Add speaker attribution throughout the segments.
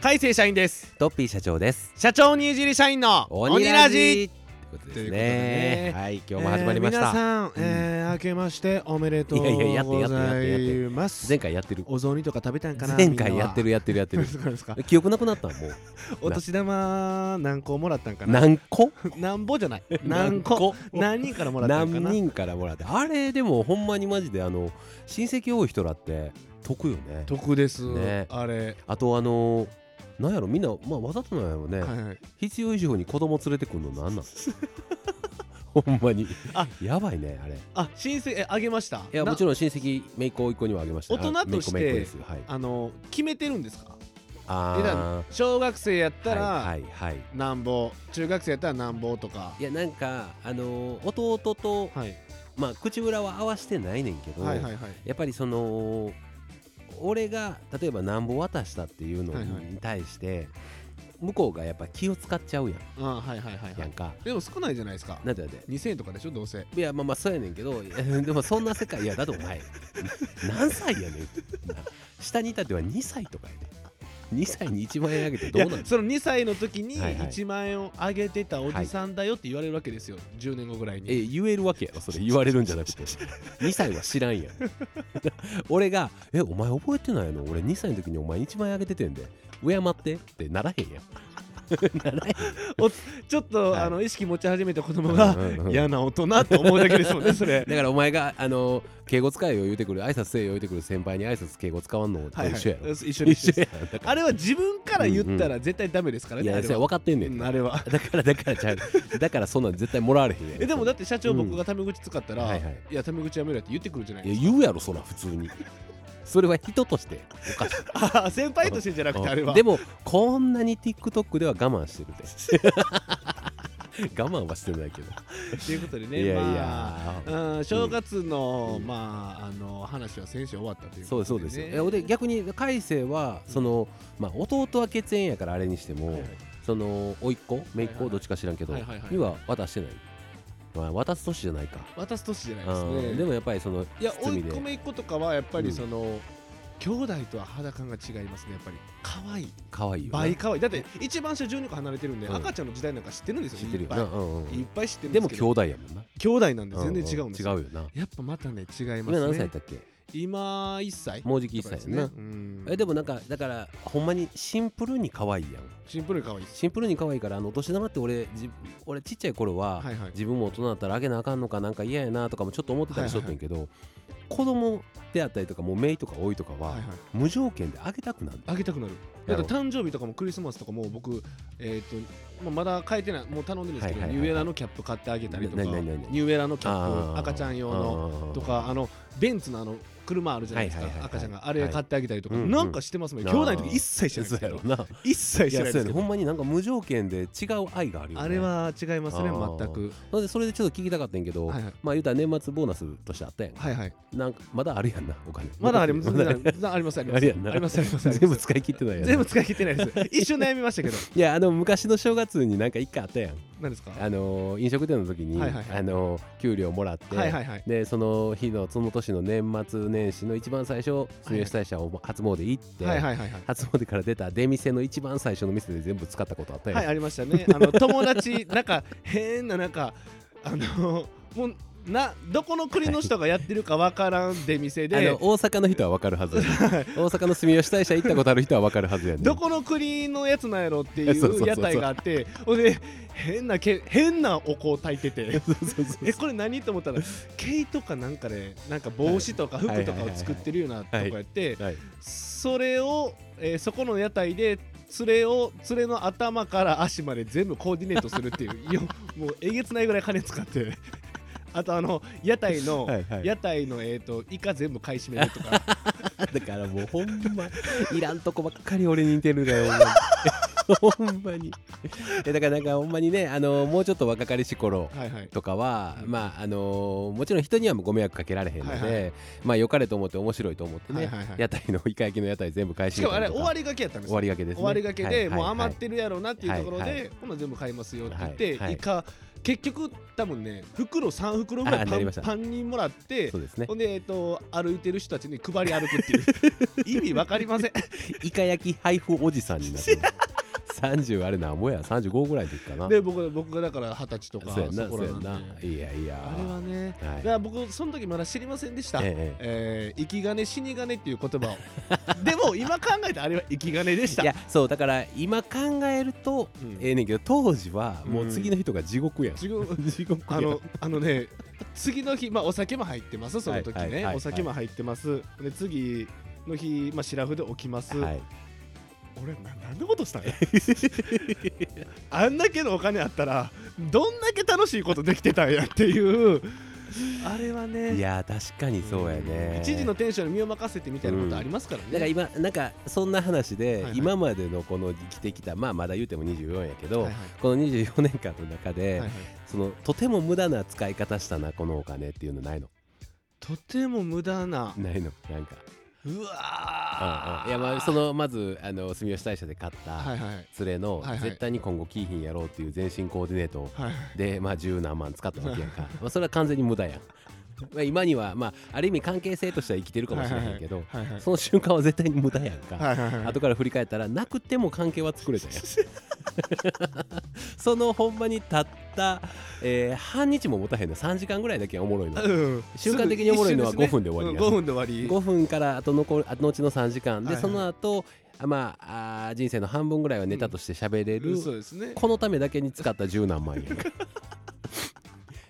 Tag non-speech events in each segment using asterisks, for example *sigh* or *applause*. Speaker 1: 大成社員です
Speaker 2: トッピー社長です
Speaker 1: 社長にいじり社員の鬼ラジ
Speaker 2: とい
Speaker 1: とい
Speaker 2: うことです
Speaker 1: うことでね
Speaker 2: ねはい今日も始まりまし
Speaker 1: えー皆
Speaker 2: た
Speaker 1: さん、えー、明けましておめでとう
Speaker 2: いやいややって
Speaker 1: ご
Speaker 2: やってやっ
Speaker 1: ざ
Speaker 2: てやって
Speaker 1: います
Speaker 2: 前回やってる
Speaker 1: お雑煮とか食べたんかな
Speaker 2: 前回やって
Speaker 1: る
Speaker 2: るやってるや
Speaker 1: *laughs*
Speaker 2: ってる
Speaker 1: そうなんです
Speaker 2: *laughs*
Speaker 1: か
Speaker 2: 記憶なくなったもう
Speaker 1: お年玉何個もらったんかな
Speaker 2: 何個
Speaker 1: なんぼじゃ *laughs* ない何個何人からもらったんか
Speaker 2: 何
Speaker 1: な
Speaker 2: 人からもらってあれでもほんまにマジであの親戚多い人らって得よね
Speaker 1: 得です、
Speaker 2: ね
Speaker 1: あれ
Speaker 2: あとあのなんやろみんなまあわざとなんやろね
Speaker 1: はいはい
Speaker 2: 必要以上に子供連れてくるの
Speaker 1: *laughs*
Speaker 2: なんなんほんまに
Speaker 1: あ
Speaker 2: やばいねあれ
Speaker 1: あ親戚えあげました
Speaker 2: いや
Speaker 1: な
Speaker 2: もちろん親戚姪っ子甥っ子にはあげました
Speaker 1: 大人として
Speaker 2: あ姪っ子姪っ子ですはい
Speaker 1: あの決めてるんですか値
Speaker 2: あ
Speaker 1: 段小学生やったら、
Speaker 2: はいはいはい
Speaker 1: なんぼ中学生やったらなんぼとか
Speaker 2: いやなんかあのー弟と
Speaker 1: はい
Speaker 2: まあ口裏は合わしてないねんけど
Speaker 1: はいはい
Speaker 2: や
Speaker 1: はい
Speaker 2: っぱりその俺が例えばなんぼ渡したっていうの
Speaker 1: はいはい
Speaker 2: に対して向こうがやっぱ気を使っちゃうやん
Speaker 1: あはいはいはいは
Speaker 2: や
Speaker 1: い
Speaker 2: んか
Speaker 1: でも少ないじゃないですか
Speaker 2: なんてなんて
Speaker 1: 2000円とかでしょどうせ
Speaker 2: いやまあまあそうやねんけどい *laughs* やでもそんな世界いやだってお前何歳やねんな下にいたっては2歳とかやね2歳に1万円あげてどうなん
Speaker 1: いやその2歳の時に
Speaker 2: はいはい
Speaker 1: 1万円をあげてたおじさんだよって言われるわけですよ、10年後ぐらいに、
Speaker 2: え言えるわけやろそれ言われるんじゃなくて2歳は知らんやん *laughs* 俺が「えお前覚えてないの俺2歳の時にお前1万円あげててんで敬って」ってならへんやん *laughs* ならへん
Speaker 1: ちょっと、
Speaker 2: はい
Speaker 1: あの意識持ち始めた子供が、
Speaker 2: うんうんうん
Speaker 1: 嫌な大人と思うだけですもんねそ
Speaker 2: *laughs*
Speaker 1: れ
Speaker 2: だからお前があの敬語使えよ言うてくる挨拶せえよ言うてくる先輩に挨拶敬語使わんのと
Speaker 1: はい、はい、
Speaker 2: 一緒やろ、
Speaker 1: 一緒に
Speaker 2: 一緒やんだか
Speaker 1: あれは自分から言ったら絶対ダメですから
Speaker 2: らい
Speaker 1: ね、
Speaker 2: や
Speaker 1: あ
Speaker 2: そ
Speaker 1: れ
Speaker 2: れ
Speaker 1: は
Speaker 2: 分かってんね
Speaker 1: うんんあれは
Speaker 2: だからだからちゃうだからそんなん絶対もらわれへんやん
Speaker 1: えでもだって社長
Speaker 2: うん
Speaker 1: 僕がタメ口使ったら、
Speaker 2: はい
Speaker 1: い
Speaker 2: はい
Speaker 1: やタメ口やめろやって言ってくるじゃない
Speaker 2: い
Speaker 1: です
Speaker 2: や
Speaker 1: か
Speaker 2: 言うやろそら普通にそれは人としておかしい
Speaker 1: あー *laughs* 先輩としてじゃなくてあれは
Speaker 2: でもこんなに TikTok では我慢してるで我慢はしてないけど、
Speaker 1: ということで *laughs* ね
Speaker 2: いやいや、
Speaker 1: ま
Speaker 2: あ
Speaker 1: あ、うん、正月の、
Speaker 2: うん
Speaker 1: まああの話は先週終わったという
Speaker 2: そう
Speaker 1: こ
Speaker 2: そ
Speaker 1: と
Speaker 2: う
Speaker 1: で、
Speaker 2: で
Speaker 1: ね、
Speaker 2: すよ、えで逆に海星はその、まあ、弟は血縁やからあれにしても、
Speaker 1: はいはい
Speaker 2: その甥っ子姪
Speaker 1: はい
Speaker 2: っ
Speaker 1: はいは
Speaker 2: 子
Speaker 1: い
Speaker 2: どっちか知らんけど、
Speaker 1: はいはいはい
Speaker 2: には渡してない、まあ、渡す年じゃないか
Speaker 1: 渡す年じゃない
Speaker 2: あ
Speaker 1: ですね
Speaker 2: ーでもやっぱりその
Speaker 1: いや
Speaker 2: 包
Speaker 1: 追い
Speaker 2: みで
Speaker 1: 込めっ子とかはやっぱ
Speaker 2: う
Speaker 1: り
Speaker 2: ん
Speaker 1: その、兄弟とは肌感が違いますねやっぱり可愛い
Speaker 2: 可愛いよな
Speaker 1: 倍可愛いだって一番下12個離れてるんで、
Speaker 2: うん
Speaker 1: 赤ちゃんの時代なんか知ってるんですよ
Speaker 2: 知ってる
Speaker 1: いっ
Speaker 2: よ
Speaker 1: ぱ
Speaker 2: な、
Speaker 1: い
Speaker 2: うんうんう
Speaker 1: いっ
Speaker 2: ん、
Speaker 1: ぱい知ってるんで
Speaker 2: で
Speaker 1: す
Speaker 2: も
Speaker 1: け
Speaker 2: 兄
Speaker 1: ど
Speaker 2: 弟やもんな
Speaker 1: 兄弟なんで全然違うんです
Speaker 2: 違う
Speaker 1: よ、
Speaker 2: よな
Speaker 1: やっぱまたね違いま
Speaker 2: 今
Speaker 1: す
Speaker 2: 何歳や
Speaker 1: ね
Speaker 2: ったっけ
Speaker 1: 今1歳
Speaker 2: もうじき
Speaker 1: 1
Speaker 2: 1歳
Speaker 1: です
Speaker 2: やんな、
Speaker 1: ね、うん
Speaker 2: えでもなんかだからほんまにシンプルに可愛いやん
Speaker 1: シンプルに可愛いです
Speaker 2: シンプルに可愛いからあのお年玉って俺じ俺ちっちゃい頃は、
Speaker 1: はいはい
Speaker 2: 自分も大人だったらあげなあかんのかなんか嫌やなとかもちょっと思ってたりしとってんけど、子供であったりとかもう姪とか老いとかは、
Speaker 1: はいはい
Speaker 2: 無条件であげたくなる
Speaker 1: あげたくなるだ
Speaker 2: や
Speaker 1: って
Speaker 2: ろ
Speaker 1: 誕生日とかもクリスマスとかも僕、えーとまあ、まだ買えてないもう頼んでるんですけど、
Speaker 2: はいはいはいはい
Speaker 1: ニューエラのキャップ買ってあげたりとか
Speaker 2: ななななな
Speaker 1: ニューエラのキャッ
Speaker 2: あ
Speaker 1: プ
Speaker 2: ー
Speaker 1: 赤ちゃん用の
Speaker 2: あー
Speaker 1: とかあのベンツのあの車あるじゃないですか、
Speaker 2: はいはいはいはい
Speaker 1: 赤ちゃんがあれ買ってあげたりとか、
Speaker 2: はい
Speaker 1: なんかしてますもん、
Speaker 2: うん
Speaker 1: 兄弟の時一切してない
Speaker 2: そう
Speaker 1: ですけ
Speaker 2: や
Speaker 1: ど
Speaker 2: ろな
Speaker 1: 一切してない
Speaker 2: いや
Speaker 1: で
Speaker 2: そうや
Speaker 1: す
Speaker 2: ね
Speaker 1: け
Speaker 2: ほ
Speaker 1: ど
Speaker 2: んまになんか無条件で違う愛があるよ、ね、
Speaker 1: あれは違いますね
Speaker 2: あー
Speaker 1: 全く
Speaker 2: なのでそれでちょっと聞きたかったんやけど、
Speaker 1: はいはい
Speaker 2: まあ言うたら年末ボーナスとしてあったやんか
Speaker 1: はいはい
Speaker 2: なんかまだあるやんなお金
Speaker 1: まだあります
Speaker 2: まだある
Speaker 1: ありますあります
Speaker 2: あるやんな
Speaker 1: ありますありますあります
Speaker 2: 全部使い切ってないやん
Speaker 1: *laughs*
Speaker 2: な
Speaker 1: 全部使い切ってないです一瞬悩みましたけど
Speaker 2: いやあの昔の正月になんか一回あったやん
Speaker 1: 何ですかは
Speaker 2: あのー飲食店の時に、
Speaker 1: はいはいはい
Speaker 2: あのー給料もらって、
Speaker 1: いはいはい
Speaker 2: でその日のその年の年末年始の一番最初
Speaker 1: いはい
Speaker 2: 住吉大社を初詣行って、
Speaker 1: はいはいはいはい
Speaker 2: 初詣から出た出店の一番最初の店で全部使ったことあったやん、
Speaker 1: はい、ありましたね。あの友
Speaker 2: *laughs*
Speaker 1: 達、なんか変な、なんか、あの、もう、な、どこの国の人がやってるかわからん出店
Speaker 2: あ
Speaker 1: で
Speaker 2: の。大阪の人は分かるはずや
Speaker 1: *laughs*
Speaker 2: ねん大阪の住吉大社行ったことある人は分かるはずやねん
Speaker 1: どこの国のやつなんやろってい
Speaker 2: そうそうそう
Speaker 1: う
Speaker 2: そう
Speaker 1: 屋台があってほんで変なけ変なお香炊いてて
Speaker 2: *laughs* *laughs* そうそ
Speaker 1: *laughs*
Speaker 2: うそう
Speaker 1: えこれ何と思ったら毛糸かなんかでなんか帽子とか服とかを作ってるようなとこやって
Speaker 2: はい、
Speaker 1: それを、えーそこの屋台で連れを連れの頭から足まで全部コーディネートするっていう
Speaker 2: *laughs*
Speaker 1: よもうえげつないぐらい金使って *laughs* あとあの屋台の、
Speaker 2: はいはい
Speaker 1: 屋台のえっ、とイカ全部買い占めると
Speaker 2: *laughs*
Speaker 1: か
Speaker 2: だからもうほんまいらんとこばっかり俺に似てるだよ *laughs* ほんまにえだからなんかほんまにねあのもうちょっと若かりし頃
Speaker 1: はいはい
Speaker 2: とかは、
Speaker 1: うん
Speaker 2: まああのもちろん人にはご迷惑かけられへんので、
Speaker 1: はいは
Speaker 2: まあ良かれと思って面白いと思って
Speaker 1: はい
Speaker 2: ね、
Speaker 1: はいはい
Speaker 2: 屋台のイカ焼きの屋台全部返し
Speaker 1: してかもあれ終わ
Speaker 2: り
Speaker 1: りがけやったんです
Speaker 2: 終
Speaker 1: よ
Speaker 2: わりがけです、ね、
Speaker 1: 終わりがけで、
Speaker 2: はいはいはい
Speaker 1: もう余ってるやろうなっていうところで、
Speaker 2: はいは
Speaker 1: ほな全部買いますよって言って、
Speaker 2: はいいはい
Speaker 1: か結局多分ね袋3袋ぐら
Speaker 2: あ
Speaker 1: い
Speaker 2: な
Speaker 1: パ
Speaker 2: り
Speaker 1: ン
Speaker 2: ました
Speaker 1: パンにもらって
Speaker 2: そうですね
Speaker 1: ほんで、えっと、歩いてる人たちに配り歩くっていう意
Speaker 2: *laughs*
Speaker 1: 味わかりません
Speaker 2: イカ焼き配布おじさんになってます30あれなんぼや35ぐらいですかな
Speaker 1: で僕僕がだから二十歳とか
Speaker 2: そうやんな
Speaker 1: そこ
Speaker 2: そう
Speaker 1: ら
Speaker 2: や
Speaker 1: なんんで
Speaker 2: ないやいや
Speaker 1: あれはね
Speaker 2: は
Speaker 1: だ
Speaker 2: い
Speaker 1: から僕その時まだ知りませんでした、え
Speaker 2: ええ
Speaker 1: ー、生き金死に金っていう言葉を *laughs* でも今考えたらあれは生き金でした
Speaker 2: いやそうだから今考えると、
Speaker 1: うん
Speaker 2: ええねんけど当時はもう次の人が地獄やん、
Speaker 1: 自分
Speaker 2: 地獄
Speaker 1: あ
Speaker 2: やん
Speaker 1: のあのね次の日、まあ、お酒も入ってますその時ね、
Speaker 2: はいはいはいはい
Speaker 1: お酒も入ってますで次の日、まあ、シラフで起きます、
Speaker 2: はい、
Speaker 1: 俺な何のことしたんや *laughs* あんだけのお金あったらどんだけ楽しいことできてたんやっていうあれはね
Speaker 2: いやー確かにそうやね、
Speaker 1: 一時のテンションに身を任せてみたいなことありますからね、
Speaker 2: だから今なんかそんな話で、
Speaker 1: はいはい
Speaker 2: 今までのこの生きてきたまあまだ言うても24やけど、
Speaker 1: はい
Speaker 2: この24年間の中で、
Speaker 1: はいはいはい
Speaker 2: そのとても無駄な使い方したなこのお金っていうのないの
Speaker 1: とても無駄な
Speaker 2: ないのなんか
Speaker 1: う
Speaker 2: あ
Speaker 1: わー
Speaker 2: あいやまあそのまずあの住吉大社で買っ
Speaker 1: は
Speaker 2: た
Speaker 1: いはいはい
Speaker 2: 連れの、
Speaker 1: はいはい
Speaker 2: 絶対に今後キーヒンやろうっていう全身コーディネートを
Speaker 1: はい
Speaker 2: でまあ十何万使ったわけやんかまあそれは完全に無駄やんまあ今にはまあある意味関係性としては生きてるかもしれへんけど、
Speaker 1: はいはい
Speaker 2: その瞬間は絶対に無駄やんか、
Speaker 1: はいはいはい
Speaker 2: 後から振り返ったらなくても関係は作れたやん *laughs* そのほんまにたった、えー半日も持たへんの3時間ぐらいだけはおもろいの
Speaker 1: うん
Speaker 2: 瞬間的におもろいのは
Speaker 1: すぐ一瞬
Speaker 2: 5分で終わりや
Speaker 1: すねうん5分で終わ
Speaker 2: 5分からあと残るあと後の3時間
Speaker 1: は
Speaker 2: で、
Speaker 1: いはい
Speaker 2: その後あまああー人生の半分ぐらいはネタとして喋れる、
Speaker 1: りそうですね
Speaker 2: このためだけに使った十何万円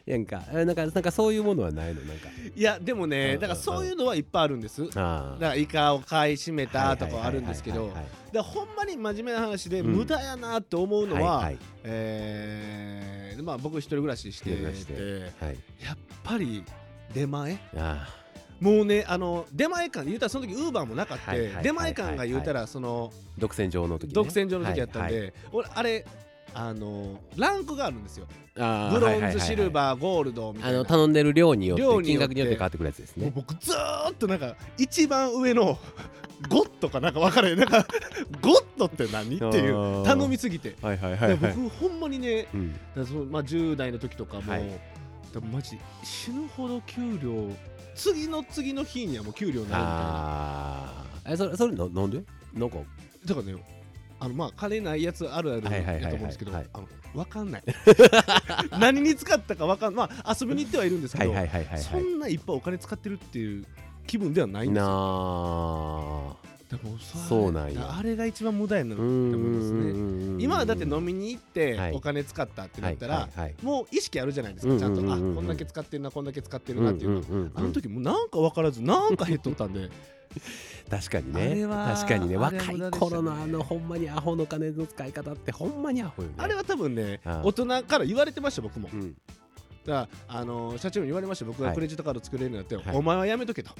Speaker 2: やんかやんかえなんかなんかそういうものはないのなんか
Speaker 1: いやでも
Speaker 2: うんうんう
Speaker 1: ね
Speaker 2: ん
Speaker 1: だからそういうのはいっぱいあるんですだか
Speaker 2: あー
Speaker 1: らイカを買い占めたとかあるんですけ
Speaker 2: はい
Speaker 1: ど
Speaker 2: はいはいはい
Speaker 1: だからほんまに真面目な話で
Speaker 2: うん
Speaker 1: 無駄やなって思うの
Speaker 2: は
Speaker 1: はいえーまあ僕一人暮らしして
Speaker 2: 一人暮らし
Speaker 1: て
Speaker 2: はいはい
Speaker 1: やっぱり出前
Speaker 2: あ
Speaker 1: もうねあの出前館言うたらその時ウーバーもなかっ
Speaker 2: はいはいはい
Speaker 1: て
Speaker 2: はい
Speaker 1: 出前館が言うたらその
Speaker 2: ー独占上の時、ね、
Speaker 1: 独占場の時やったん
Speaker 2: はい
Speaker 1: で俺あれあのランクがあるんですよ
Speaker 2: はいあー
Speaker 1: ブロンズシ
Speaker 2: はいはいはい
Speaker 1: ルバーゴールドみた
Speaker 2: あ
Speaker 1: いな
Speaker 2: の頼んでる量によって
Speaker 1: 量に
Speaker 2: 金
Speaker 1: よって
Speaker 2: 額によって変わってくるやつです
Speaker 1: もう
Speaker 2: ね。
Speaker 1: 僕ずーっとなんか一番上の *laughs* ゴットかなんか分からへんなんかゴットって何っていう
Speaker 2: う
Speaker 1: 頼みすぎて、
Speaker 2: はいは
Speaker 1: で
Speaker 2: いはいはい。
Speaker 1: 僕ほんまにね
Speaker 2: うん
Speaker 1: だからその、まあ、10代の時とかも、
Speaker 2: はい
Speaker 1: だからマジ死ぬほど給料次の次の日にはもう給料になるみたいな
Speaker 2: ああ。えそれそれななんで？なんか
Speaker 1: だからねあのまあ金ないやつあるある
Speaker 2: はいはいはいはい
Speaker 1: やと思うんですけど、
Speaker 2: はい
Speaker 1: あの分かんない *laughs* 何に使ったか分かんまあ遊びに行ってはいるんです
Speaker 2: は
Speaker 1: け
Speaker 2: い
Speaker 1: ど、
Speaker 2: はいはいはい
Speaker 1: そ
Speaker 2: は
Speaker 1: んないっぱいお金使ってるっていう気分ではない
Speaker 2: い。
Speaker 1: んですよ
Speaker 2: なあ。
Speaker 1: でもさ
Speaker 2: そうなんや
Speaker 1: あれが一番無駄やなって
Speaker 2: う
Speaker 1: 思
Speaker 2: ん
Speaker 1: い
Speaker 2: うん
Speaker 1: ます
Speaker 2: うん
Speaker 1: ね
Speaker 2: うんうん。
Speaker 1: 今はだって飲みに行って
Speaker 2: はい
Speaker 1: お金使ったってなったら、
Speaker 2: はいはいはい
Speaker 1: もう意識あるじゃないですかちゃんと、
Speaker 2: うんうんうんうん
Speaker 1: あこんだけ使ってるなこんだけ使って
Speaker 2: う
Speaker 1: る
Speaker 2: んう
Speaker 1: なっ
Speaker 2: ん
Speaker 1: ていうの、
Speaker 2: うんうん
Speaker 1: あの時もうなんか分からずなんか減っとったん
Speaker 2: *laughs*
Speaker 1: で
Speaker 2: 確かに
Speaker 1: あ
Speaker 2: ね
Speaker 1: れは
Speaker 2: 確かにね
Speaker 1: あれは
Speaker 2: 若
Speaker 1: 無
Speaker 2: い
Speaker 1: 駄でしたね
Speaker 2: 頃のあのほんまにアホの金の使い方ってほんまにアホよね
Speaker 1: あれは多分ね
Speaker 2: ああ
Speaker 1: 大人から言われてました僕も
Speaker 2: う
Speaker 1: だか
Speaker 2: ん
Speaker 1: らあのー社長に言われました僕が
Speaker 2: はい
Speaker 1: クレジットカード作れるようになって、
Speaker 2: はい
Speaker 1: お前はやめと
Speaker 2: *laughs*
Speaker 1: けと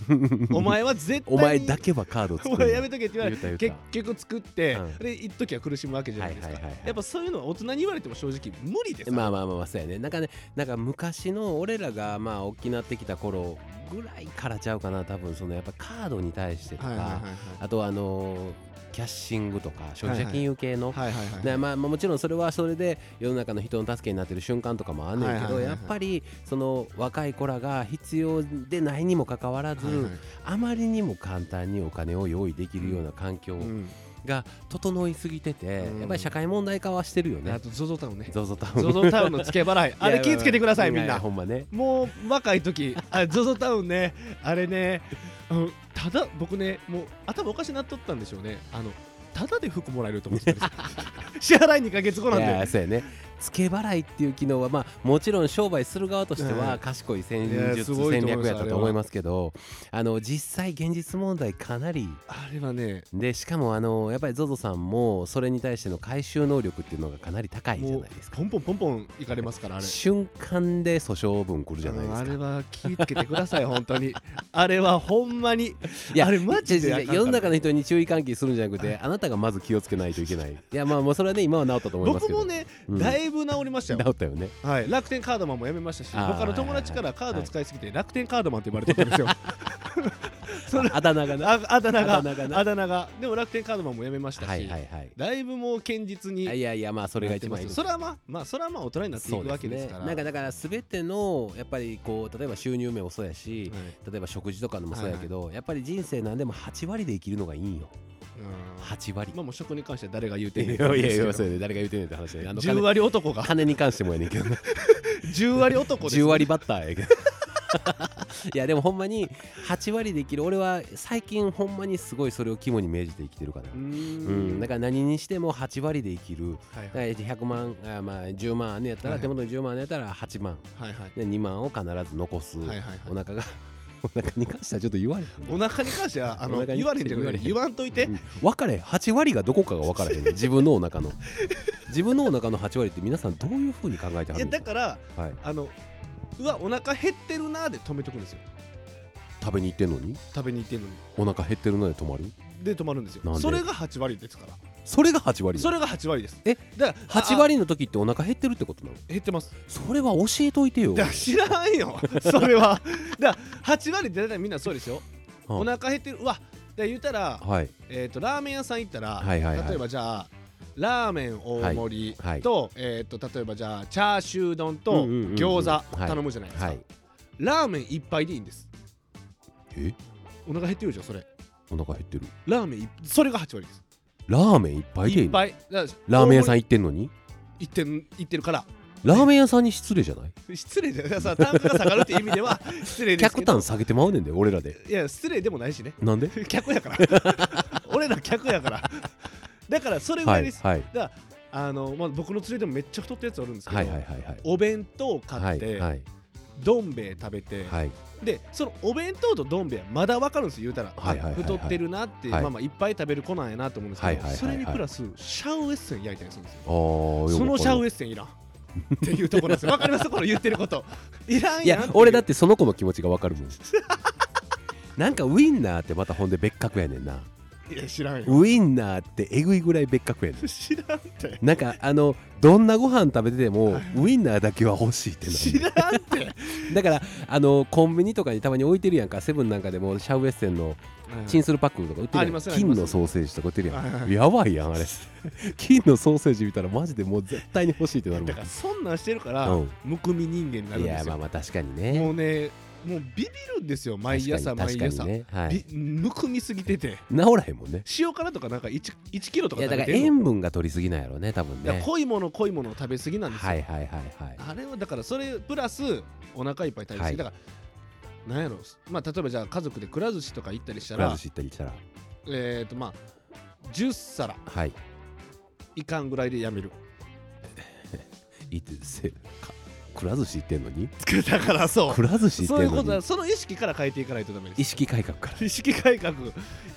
Speaker 1: お前は絶対に
Speaker 2: お前だけはカード作
Speaker 1: お
Speaker 2: るの
Speaker 1: 前やめとけって言われ
Speaker 2: 言う
Speaker 1: て
Speaker 2: た言
Speaker 1: 結
Speaker 2: う
Speaker 1: 局作って、
Speaker 2: うん
Speaker 1: で一時は苦しむわけじゃないですか、
Speaker 2: はいはいはいはい
Speaker 1: やっぱそういうのは大人に言われても正直無理です
Speaker 2: まあまあまあまあそうやねなんかねなんか昔の俺らがまあ大きなってきた頃ぐらいからちゃうかな多分そのやっぱカードに対してとか、
Speaker 1: はいはいはい
Speaker 2: あとはあのーキャッシングとか消費者金融系の、
Speaker 1: はいはいはいはい
Speaker 2: ねまあ、まあもちろんそれはそれで世の中の人の助けになってる瞬間とかもあんねんけど、
Speaker 1: はいはいはいはい
Speaker 2: やっぱりその若い子らが必要でないにもかかわらず、あまりにも簡単にお金を用意できるような環境
Speaker 1: うん
Speaker 2: が整いすぎてて、
Speaker 1: うん
Speaker 2: やっぱり社会問題化はしてるよ
Speaker 1: あ
Speaker 2: ね。
Speaker 1: と ZOZO タウンね
Speaker 2: ZOZO タウ *laughs* ン
Speaker 1: ZOZO タウンの付け払いあ
Speaker 2: い
Speaker 1: れ
Speaker 2: や
Speaker 1: 気ぃつけてください
Speaker 2: まあ
Speaker 1: みん
Speaker 2: や
Speaker 1: な
Speaker 2: ほんまね。
Speaker 1: もう若い時あ ZOZO タウンねあれねあのただ僕ねもう頭おかしなっとったん
Speaker 2: *laughs*
Speaker 1: でしょうねあのただで服もらえると思ってたんですよ支払い2ヶ月後なん
Speaker 2: いや
Speaker 1: で
Speaker 2: そうやね。付け払いっていう機能は、まあ、もちろん商売する側として
Speaker 1: う
Speaker 2: は
Speaker 1: ん
Speaker 2: 賢い戦
Speaker 1: いやす
Speaker 2: 術
Speaker 1: ごい
Speaker 2: 戦
Speaker 1: と思いま
Speaker 2: 略
Speaker 1: す
Speaker 2: やったと思いますけどあの実際現実問題かなり
Speaker 1: あれはね
Speaker 2: でしかもあのやっぱり ZOZO さんもそれに対しての回収能力っていうのがかなり高いじゃ
Speaker 1: も
Speaker 2: な
Speaker 1: う
Speaker 2: いですか
Speaker 1: ポンポンポンポンいかれますからあれ
Speaker 2: 瞬間で訴訟分来るじゃないです
Speaker 1: あ
Speaker 2: か
Speaker 1: れは気をつけてください本当にあれはほんまに
Speaker 2: いや
Speaker 1: あれマジで
Speaker 2: 違う
Speaker 1: あかん
Speaker 2: 違う
Speaker 1: から
Speaker 2: 世の中の人に注意喚起するんじゃなくてあなたがまず気をつけないといけないいやまあもうそれはね今は治ったと思いま
Speaker 1: 僕
Speaker 2: すけど
Speaker 1: もね、
Speaker 2: うん
Speaker 1: だいぶ治りましたよ
Speaker 2: 治ったよね
Speaker 1: はい、楽天カードマンもやめましたし
Speaker 2: あー
Speaker 1: 他の友達からカード使いすぎて楽天カードマンって呼ばれてたん
Speaker 2: *laughs*
Speaker 1: ですよそれ
Speaker 2: あだ名がな
Speaker 1: ああだ名が
Speaker 2: あだ名がな
Speaker 1: あだ名がでも楽天カードマンもやめましたし、
Speaker 2: はいはいはい
Speaker 1: だいぶもう堅実に
Speaker 2: あいやいやまあそれが一番いい
Speaker 1: それはまあまあそれはまあ大人になっていくわけですから
Speaker 2: なんかだから全てのやっぱりこう例えば収入面もそうやし、
Speaker 1: はい
Speaker 2: 例えば食事とかのもそうやけど、やっぱり人生なんでも8割で生きるのがいいんよ
Speaker 1: うん
Speaker 2: 8割、
Speaker 1: まあもう職に関しては誰が言うてんねん
Speaker 2: い
Speaker 1: って話
Speaker 2: やい
Speaker 1: で
Speaker 2: や
Speaker 1: すけど
Speaker 2: いやそれで誰が言うてんねんって話であの
Speaker 1: 10
Speaker 2: 金
Speaker 1: 割男
Speaker 2: *laughs*
Speaker 1: が
Speaker 2: 金に関してもやねんけどな
Speaker 1: 10割男です
Speaker 2: 10割バッターやけど *laughs* いやでもほんまに8割で生きる俺は最近ほんまにすごいそれを肝に銘じて生きてるかな
Speaker 1: うー
Speaker 2: うんんだから何にしても8割で生きる
Speaker 1: はい
Speaker 2: だから100万あまあ10万あんねやった
Speaker 1: は
Speaker 2: ら
Speaker 1: い
Speaker 2: 手元に10万あんねやったら8万
Speaker 1: はいはい
Speaker 2: で2万を必ず残す、
Speaker 1: はいはい
Speaker 2: お腹が *laughs* お腹に関してはちょっと言われへん
Speaker 1: お腹に関してはあ
Speaker 2: お
Speaker 1: の
Speaker 2: 腹に
Speaker 1: 言われへんけど
Speaker 2: 言われへん
Speaker 1: 言わんといて
Speaker 2: うん分かれへん8割がどこかが分からへ
Speaker 1: *laughs*
Speaker 2: んねん自分のお腹の自分のお腹の8割って皆さんどういうふうに考えてはいる
Speaker 1: や
Speaker 2: ん
Speaker 1: だ
Speaker 2: ですか
Speaker 1: から
Speaker 2: はい、
Speaker 1: あのうわお腹減ってるなーで止めてくるんですよ
Speaker 2: 食べに行ってんのに
Speaker 1: 食べに行ってんのに
Speaker 2: お腹減ってるので止まる
Speaker 1: で止まるんです
Speaker 2: なん
Speaker 1: よ
Speaker 2: で
Speaker 1: それが8割ですから
Speaker 2: それが8割
Speaker 1: それが8割です
Speaker 2: え
Speaker 1: だから
Speaker 2: 8
Speaker 1: あ
Speaker 2: 割の時ってお腹減ってるってことなの
Speaker 1: あ減ってます
Speaker 2: それは教えといてよ
Speaker 1: だから知らんよ *laughs* それはだから8割って大体みんなそうですよ
Speaker 2: うん
Speaker 1: お腹減ってるうわだから言ったら、
Speaker 2: はい
Speaker 1: えー、とラーメン屋さん行ったら、
Speaker 2: はいはいはい
Speaker 1: 例えばじゃあラーメン大盛りと,、
Speaker 2: はいはい
Speaker 1: えー、と例えばじゃあチャーシュー丼
Speaker 2: うん
Speaker 1: と
Speaker 2: うんうんうん
Speaker 1: 餃子
Speaker 2: はい
Speaker 1: 頼むじゃないですか、
Speaker 2: はい
Speaker 1: ラーメン一杯でいいんです
Speaker 2: え
Speaker 1: お腹減ってるじゃんそれ
Speaker 2: お腹減ってる
Speaker 1: ラーメンいそれが8割です
Speaker 2: ラーメンいっぱいで
Speaker 1: い
Speaker 2: いい
Speaker 1: っ
Speaker 2: の
Speaker 1: ぱいラ
Speaker 2: ラーメン屋さん
Speaker 1: ん
Speaker 2: 行ってんのに
Speaker 1: 行ってん行ってるから
Speaker 2: ラーメン屋さんに失礼じゃない
Speaker 1: 失礼じゃないさ単価が下がるっていう意味では失礼です
Speaker 2: 客
Speaker 1: けど
Speaker 2: 単下げてまうねんで俺らで
Speaker 1: いや失礼でもないしね
Speaker 2: なんで
Speaker 1: *laughs* 客やから俺ら *laughs* 客やからだからそれぐ
Speaker 2: は
Speaker 1: らい
Speaker 2: い
Speaker 1: です、
Speaker 2: はい
Speaker 1: あの、まあ、僕の連れでもめっちゃ太ったやつおるんですけど、
Speaker 2: はいはいはいはい
Speaker 1: お弁当買
Speaker 2: は
Speaker 1: っ
Speaker 2: い
Speaker 1: て、
Speaker 2: はい
Speaker 1: どん兵衛食べて、
Speaker 2: はい
Speaker 1: でそのお弁当とどん兵衛はまだ分かるんですよ言うたら、
Speaker 2: はいはいはいはい
Speaker 1: あ太ってるなって、
Speaker 2: はい
Speaker 1: まあまあいっぱい食べる子なんやなと思うんですけど、
Speaker 2: はいはいはいはい
Speaker 1: それにプラスシャウエッセン焼いたりするんですよ
Speaker 2: あーよ
Speaker 1: そのシャウ
Speaker 2: エ
Speaker 1: エッセンいらんっていうところなんですよ分かりますこの言ってることいらん
Speaker 2: い
Speaker 1: やん
Speaker 2: や俺だっててその子の気持ちがわかる *laughs* もんなんかウインナーってまたほんで別格やねんな
Speaker 1: いういや知らんよ
Speaker 2: ウインナーってえぐいぐらい別格やねん
Speaker 1: 知らん
Speaker 2: *laughs*
Speaker 1: って
Speaker 2: なんかあのどんなご飯食べててもウインナーだけは欲しいってな
Speaker 1: 知らんって、
Speaker 2: る *laughs* だからあのコンビニとかにたまに置いてるやんかセブンなんかでもシャウエッセンのチンスルパックとか売って
Speaker 1: あ
Speaker 2: る
Speaker 1: り
Speaker 2: や
Speaker 1: ま
Speaker 2: ん
Speaker 1: すあり
Speaker 2: 金
Speaker 1: ます
Speaker 2: のソーセージとか売ってるや
Speaker 1: はいはいは
Speaker 2: ん
Speaker 1: い
Speaker 2: やばいやんあ *laughs* れ金のソーセージ見たらマジでもう絶対に欲しいってなる
Speaker 1: だからそんなんしてるから、
Speaker 2: うん
Speaker 1: むくみ人間にな
Speaker 2: も
Speaker 1: る
Speaker 2: ん
Speaker 1: ん
Speaker 2: い
Speaker 1: で
Speaker 2: や
Speaker 1: す
Speaker 2: まあ
Speaker 1: よ
Speaker 2: まあ確かにね
Speaker 1: もうねもうビビるんですよ毎朝
Speaker 2: 確か
Speaker 1: 毎
Speaker 2: に確
Speaker 1: 朝、
Speaker 2: かにねはい
Speaker 1: びむくみすぎてて
Speaker 2: 治らへんもんね
Speaker 1: 塩辛とかなんか 1, 1キロと
Speaker 2: い
Speaker 1: か
Speaker 2: や
Speaker 1: 食
Speaker 2: だ
Speaker 1: べ
Speaker 2: から
Speaker 1: てるの
Speaker 2: 塩分が取りすぎなんやろね多分
Speaker 1: だから
Speaker 2: ね
Speaker 1: 濃いもの濃いものを食べ過ぎなんですよ、
Speaker 2: はいはいはいはい
Speaker 1: あれはだからそれプラスお腹いっぱい食べ過ぎ、
Speaker 2: はい
Speaker 1: だからなんやろまあ例えばじゃあ家族でくら寿司とか行ったりした
Speaker 2: くら
Speaker 1: ら
Speaker 2: 寿司行ったりしたら
Speaker 1: えっ、とまあ10皿
Speaker 2: はい
Speaker 1: いかんぐらいでやめる *laughs*
Speaker 2: いつせかくら寿司行ってんのに
Speaker 1: だからそ
Speaker 2: くら寿司
Speaker 1: う
Speaker 2: 行
Speaker 1: そ
Speaker 2: っ
Speaker 1: う
Speaker 2: て
Speaker 1: い
Speaker 2: ん
Speaker 1: うこと
Speaker 2: の
Speaker 1: だ
Speaker 2: に
Speaker 1: その意識から変えていかないとダメで
Speaker 2: 意
Speaker 1: す
Speaker 2: 識改革から
Speaker 1: 意識改革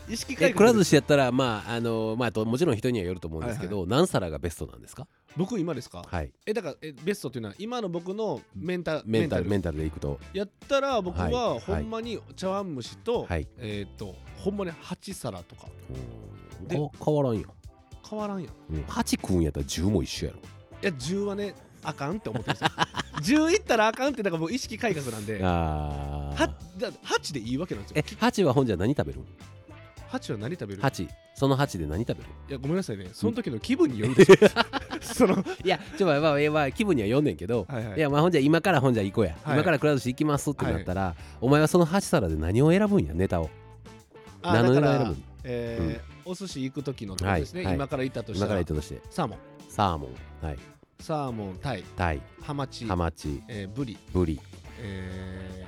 Speaker 1: 意識改
Speaker 2: え
Speaker 1: 革
Speaker 2: くら寿司やったらまああのまあともちろん人にはよると思うんですけど、
Speaker 1: は
Speaker 2: 何皿がベストなんですか
Speaker 1: 僕今ですか、
Speaker 2: はい
Speaker 1: えだからえベストっていうのは今の僕のメンタル
Speaker 2: メンタルメ
Speaker 1: メン
Speaker 2: ンタルでいくと
Speaker 1: タルやったら僕
Speaker 2: はいは
Speaker 1: はいほんまに茶碗蒸しと、
Speaker 2: はい
Speaker 1: えっ、とほんまに8皿とか
Speaker 2: うん
Speaker 1: で
Speaker 2: か変わらんよ、
Speaker 1: 変わらんやんい
Speaker 2: うん、8食うんやったら10も一緒やろ
Speaker 1: や10はねあかんって思ってるん
Speaker 2: *laughs*
Speaker 1: ですよ10いったらあかんってだからもう意識改革なんでは
Speaker 2: あー
Speaker 1: だ8でいいわけなんです
Speaker 2: え
Speaker 1: よ
Speaker 2: 8は本じゃ何食べる
Speaker 1: 8は何食べる
Speaker 2: ?8 その8で何食べる
Speaker 1: いやごめんなさいねその時の気分によるでし
Speaker 2: *laughs*
Speaker 1: ょその
Speaker 2: いやちょまあまあまあ気分には読んねんけど、
Speaker 1: はいはい
Speaker 2: いやまあほんじゃ今からほんじゃ行こうや、
Speaker 1: はい
Speaker 2: 今からくら寿司行きますってなったら、お前はその8皿で何を選ぶんやネタを
Speaker 1: あ
Speaker 2: 何の
Speaker 1: だか
Speaker 2: 値
Speaker 1: ら
Speaker 2: 段選ぶの
Speaker 1: えーお寿司行く時のってことですね、
Speaker 2: はいはい
Speaker 1: 今から行ったとし
Speaker 2: 今
Speaker 1: た
Speaker 2: から
Speaker 1: ら
Speaker 2: 言ったとして
Speaker 1: サーモン
Speaker 2: サーモンはい
Speaker 1: サーモンタイ
Speaker 2: タイ
Speaker 1: ハマチ
Speaker 2: ハマチ
Speaker 1: えーブリ
Speaker 2: ブリ
Speaker 1: え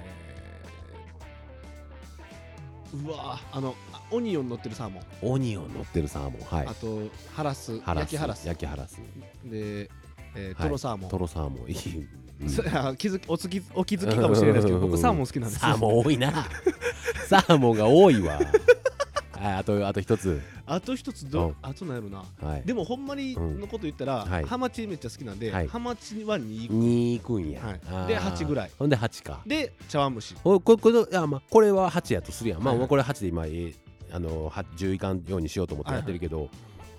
Speaker 1: ーうわーあのあオニオン乗ってるサーモン、
Speaker 2: オニオン乗ってるサーモンはい
Speaker 1: あとハラス
Speaker 2: ハラ
Speaker 1: 焼き
Speaker 2: ス
Speaker 1: ハラス
Speaker 2: 焼きハラス
Speaker 1: でえー
Speaker 2: はい
Speaker 1: トロサーモン、
Speaker 2: トロサーモンいい、うん
Speaker 1: さ *laughs* あ気づきおつきお気づきかもしれないで
Speaker 2: *laughs*
Speaker 1: すけど
Speaker 2: うん
Speaker 1: 僕サーモン好きなんです
Speaker 2: サーモン多いな
Speaker 1: *laughs*
Speaker 2: サーモンが多いわはいあとあと一つ
Speaker 1: あと一つど、
Speaker 2: うん
Speaker 1: あとなんやろな
Speaker 2: はい
Speaker 1: でもほんまに
Speaker 2: うん
Speaker 1: のこと言ったら、
Speaker 2: はい
Speaker 1: ハマチめっちゃ好きなんで、
Speaker 2: はい
Speaker 1: ハマチは2個
Speaker 2: 2いくんや、
Speaker 1: はい
Speaker 2: あー
Speaker 1: で八ぐらい
Speaker 2: ほんで8か
Speaker 1: で茶碗蒸し
Speaker 2: おここれあ、まあ、これは8やとするやん、まあ
Speaker 1: はいはい
Speaker 2: これ8で今えーあのは10いかんようにしようと思ってやってるけど、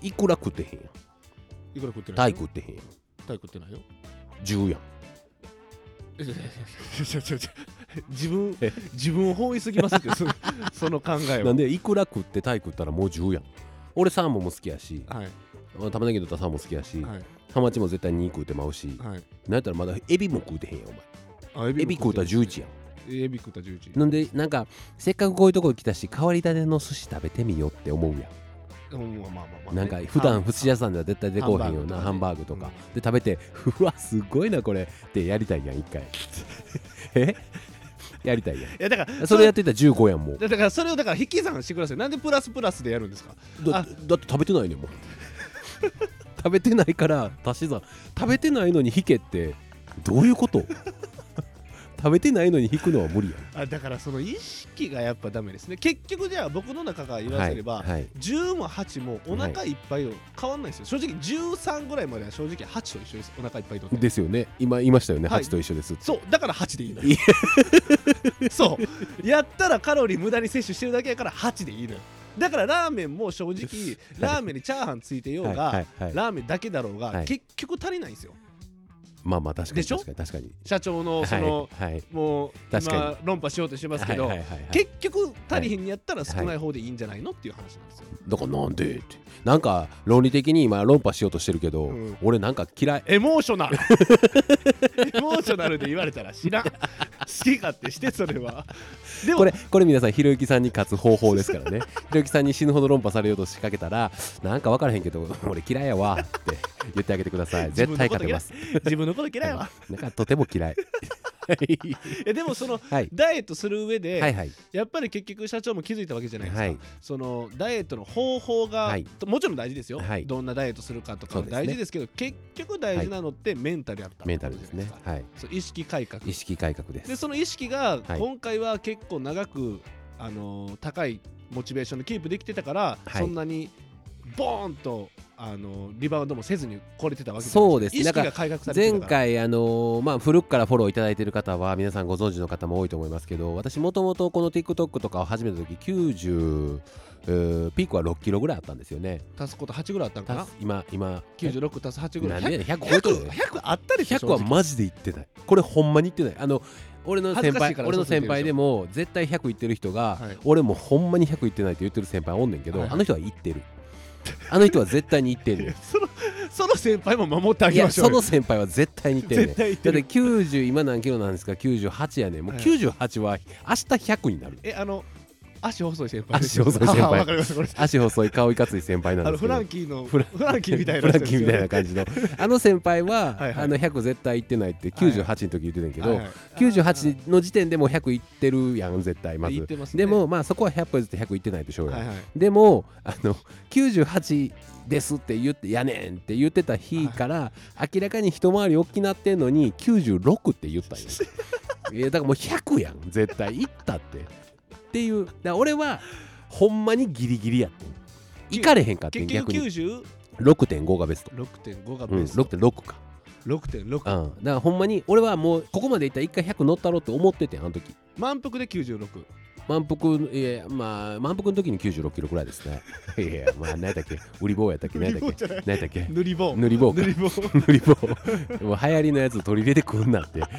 Speaker 2: いくら食ってへんやん
Speaker 1: いくら食ってない
Speaker 2: タイ食ってへんやん
Speaker 1: タイ食ってないよ *laughs*
Speaker 2: 10やん
Speaker 1: 自分
Speaker 2: え
Speaker 1: 自分を本意すぎますってそその考え
Speaker 2: な
Speaker 1: は
Speaker 2: んでいくら食ってタイ食ったらもう10やん俺サーモンも好きやし
Speaker 1: はい
Speaker 2: あ玉ねぎとったらサーモン好きやし、
Speaker 1: はい
Speaker 2: ハマチも絶対2食うてまうし、
Speaker 1: はい
Speaker 2: なんやったらまだエビも食うてへんやんお前
Speaker 1: あエ
Speaker 2: エビ食うたら11
Speaker 1: や
Speaker 2: やん
Speaker 1: エビ食うたら11
Speaker 2: なんでなんかせっかくこういうとこ来たし変わり種の寿司食べてみようって思うやん
Speaker 1: うんまあまあまあまあね
Speaker 2: なんか普段寿司屋さんでは絶対出こうへんようなハ
Speaker 1: ハ
Speaker 2: ン
Speaker 1: ン
Speaker 2: バ
Speaker 1: バー
Speaker 2: ーグ
Speaker 1: グ
Speaker 2: と
Speaker 1: と
Speaker 2: か
Speaker 1: か
Speaker 2: で食べてうわすごいなこれってやりたいやん一回 *laughs* えやりたいや
Speaker 1: いやだか
Speaker 2: ん
Speaker 1: ら
Speaker 2: それやってたら15やんもう
Speaker 1: だからそれをだから引き算してくださいなんでプラスプラスでやるんですか
Speaker 2: だ
Speaker 1: あ
Speaker 2: だって食べてないねんもう *laughs* 食べてないから足し算食べてないのに引けってどういうこと *laughs* 食べてないのに引くのは無理やん
Speaker 1: あだからその意識がやっぱダメですね結局じゃあ僕の中から言わせれば、
Speaker 2: はいはい
Speaker 1: 10も8もお腹いっぱいを変わんないですよ、正直13ぐらいまでは正直8と一緒ですお腹いっぱいとって
Speaker 2: ですよね今言いましたよね、
Speaker 1: はい
Speaker 2: 8と一緒ですって
Speaker 1: そうだから8でいいのよ *laughs* そうやったらカロリー無駄に摂取してるだけやから8でいいのよだからラーメンも
Speaker 2: *laughs*
Speaker 1: 正直ラーメンにチャーハンついてようが、
Speaker 2: はいはいはい、
Speaker 1: ラーメンだけだろうが、
Speaker 2: はい
Speaker 1: 結局足りないんですよ
Speaker 2: まあまあ確かに
Speaker 1: でしょ
Speaker 2: 確かに確かに
Speaker 1: 社長のその、
Speaker 2: はいはい
Speaker 1: もう
Speaker 2: 確かに
Speaker 1: 今論破しようとしてますけど、
Speaker 2: はいはいはいはい
Speaker 1: 結局足りひんにやったら少ない方でいいんじゃないのっていう話なんですよ、
Speaker 2: だからなんでってなんか論理的に今論破しようとしてるけど、
Speaker 1: うん
Speaker 2: 俺なんか嫌い
Speaker 1: エモーショ
Speaker 2: *laughs*
Speaker 1: ナルエモーショナルで言われたら知らん好き勝手してそれはでも
Speaker 2: これこれ皆さんひろゆきさんに勝つ方法で
Speaker 1: *laughs*
Speaker 2: すからねひろゆきさんに死ぬほど論破されようと仕掛けたらなんか分からへんけど俺嫌いやわって言ってあげてくだ
Speaker 1: *laughs*
Speaker 2: さい絶対勝てます
Speaker 1: 自分のこと嫌いは
Speaker 2: なんかとても嫌い
Speaker 1: *laughs* えでもその
Speaker 2: はい
Speaker 1: ダイエットする上で、
Speaker 2: はいはい
Speaker 1: やっぱり結局社長も気づいたわけじゃないですか、
Speaker 2: はい
Speaker 1: そのダイエットの方法が、
Speaker 2: はい
Speaker 1: ともちろん大事ですよ、
Speaker 2: はい
Speaker 1: どんなダイエットするかとか
Speaker 2: そう
Speaker 1: も
Speaker 2: ですね
Speaker 1: 大事ですけど結局大事なのってメンタルやった
Speaker 2: メンタルですね
Speaker 1: そう
Speaker 2: はい
Speaker 1: そう意識改革
Speaker 2: 意識改革です
Speaker 1: でその意識が
Speaker 2: はい
Speaker 1: 今回は結構長く、あのー高いモチベーションでキープできてたから、
Speaker 2: はい
Speaker 1: そんなにボーンと、あのーリバウンドもせずに来れてたわけじゃない
Speaker 2: そうです
Speaker 1: 意識が改革されて
Speaker 2: 前
Speaker 1: たから
Speaker 2: 回、あのーまあ、古くからフォローいただいている方は皆さんご存知の方も多いと思いますけど私もともとこの TikTok とかを始めた時90、えーピークは6キロぐらいあったんですよね
Speaker 1: 足すこと8ぐらいあったんかな
Speaker 2: 足す今今
Speaker 1: 96足す8ぐら
Speaker 2: ないんでやねん100
Speaker 1: 100,
Speaker 2: 超えとるよ
Speaker 1: 100, あったり
Speaker 2: 100はマジでいってないこれほんまにいってないあの俺の先
Speaker 1: 恥ずかし
Speaker 2: 輩
Speaker 1: いから
Speaker 2: 俺の
Speaker 1: 嘘ついてる
Speaker 2: 先輩でも絶対100いってる人が、
Speaker 1: はい
Speaker 2: 俺もほんまに100いってないって言ってる先輩おんねんけど、
Speaker 1: はいはい
Speaker 2: あの人はいってるあの人は絶対にいってる
Speaker 1: そのその先輩も守ってあ
Speaker 2: い
Speaker 1: げ
Speaker 2: や
Speaker 1: ましょ
Speaker 2: そう
Speaker 1: よ
Speaker 2: の先輩は絶対にいってるねん
Speaker 1: 絶対言っ
Speaker 2: だ
Speaker 1: て
Speaker 2: って
Speaker 1: る
Speaker 2: 90今何キロなんですか98やねもう
Speaker 1: はい
Speaker 2: 98は明日100になる
Speaker 1: えあの足細い先輩です
Speaker 2: 足細い先輩
Speaker 1: あわかりますこれ
Speaker 2: 足細い顔いかつい先輩な
Speaker 1: あ
Speaker 2: ん
Speaker 1: の
Speaker 2: ですけ
Speaker 1: フ
Speaker 2: ど
Speaker 1: ランキーの
Speaker 2: フ
Speaker 1: フ
Speaker 2: ラ
Speaker 1: ランキーみたいな
Speaker 2: フラ
Speaker 1: やつ
Speaker 2: ン
Speaker 1: です
Speaker 2: キー
Speaker 1: よね
Speaker 2: みたいな感じの
Speaker 1: *laughs*
Speaker 2: あの先輩は
Speaker 1: はいはい
Speaker 2: あの100絶対行ってないって98の時言ってたんやけ
Speaker 1: はい
Speaker 2: ど
Speaker 1: はい
Speaker 2: 98の時点でもう100行ってるやん絶対ま
Speaker 1: 言っ
Speaker 2: ず
Speaker 1: てますね
Speaker 2: でもまあそこは100歩譲って100行ってないでしょうよ
Speaker 1: はいはい
Speaker 2: でもあの98ですって言ってやねんって言ってた日から明らかに一回り大きなってんのに96って言っ
Speaker 1: *laughs*
Speaker 2: たんよいやだからもう100やん絶対いったってっていうだから俺はほんまにギリギリやってん行かれへんかって
Speaker 1: 結
Speaker 2: ん
Speaker 1: 局
Speaker 2: 逆に
Speaker 1: 96.5
Speaker 2: 6.5がベスト、
Speaker 1: が
Speaker 2: うん、
Speaker 1: ベスト、
Speaker 2: 6.6か、
Speaker 1: 6.6
Speaker 2: うん、だからほんまに俺はもうここまでいったら一回100乗ったろうって思っててんあの時
Speaker 1: 満腹で96
Speaker 2: 満腹いやいやまあ満腹の時に96キロぐらいですねいやいやまあ何やったっけ売り棒やったっけ何やったっけ
Speaker 1: じゃない
Speaker 2: 何やったっけ
Speaker 1: 塗り棒
Speaker 2: 塗り棒か
Speaker 1: 塗り棒、
Speaker 2: *laughs* 塗り棒もう流行りのやつ取り入れてくんなって、は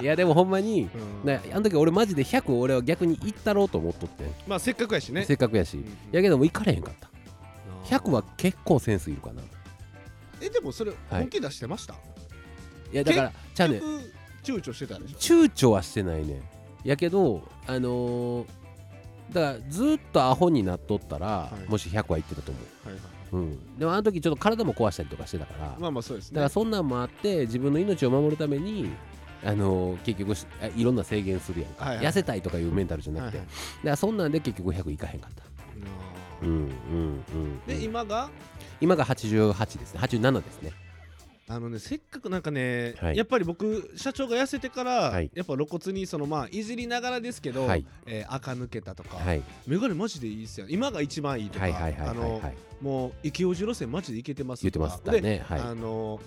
Speaker 2: い、いやでもほんまに
Speaker 1: うん
Speaker 2: なあの時俺マジで100俺は逆にいったろうと思っとってん、
Speaker 1: まあせっかくやしね
Speaker 2: せっかくやし、
Speaker 1: うんうん
Speaker 2: やけども行かれへんかった
Speaker 1: あー
Speaker 2: 100は結構センスいるかない
Speaker 1: えでもそれ本気出してました、
Speaker 2: やだからちゃうね
Speaker 1: 結局躊躇してたでしょ
Speaker 2: 躊躇はしてないねやけどあのーだからずっとアホになっとったら、
Speaker 1: い
Speaker 2: もし100は行ってたと思、
Speaker 1: はいはいう
Speaker 2: うん、でもあの時ちょっと体も壊したりとかしてたから、
Speaker 1: まあまあそうです
Speaker 2: だか
Speaker 1: ね
Speaker 2: らそんなんもあって自分の命を守るためにあのー結局しあいろんな制限するやんか、
Speaker 1: はいはい
Speaker 2: 痩せたいとかいうメンタルじゃなくて、
Speaker 1: はいは
Speaker 2: だからそんなんで結局100いかへんかった
Speaker 1: あ
Speaker 2: う
Speaker 1: ー
Speaker 2: んうんうん
Speaker 1: で今が
Speaker 2: 今が88ですね87ですね
Speaker 1: あのねせっかくなんかね、
Speaker 2: はい
Speaker 1: やっぱり僕社長が痩せてから、
Speaker 2: はい
Speaker 1: やっぱ露骨にそのまあいじりながらですけど、
Speaker 2: はい
Speaker 1: えー垢抜けたとか、
Speaker 2: はい
Speaker 1: メガネマジでいいっすよ今が一番いいとか、
Speaker 2: はいはいはい
Speaker 1: あ
Speaker 2: はい
Speaker 1: の
Speaker 2: はい
Speaker 1: もう池王子路線マジでいけてます
Speaker 2: 言っ
Speaker 1: と
Speaker 2: て
Speaker 1: か
Speaker 2: ましたねはい
Speaker 1: あの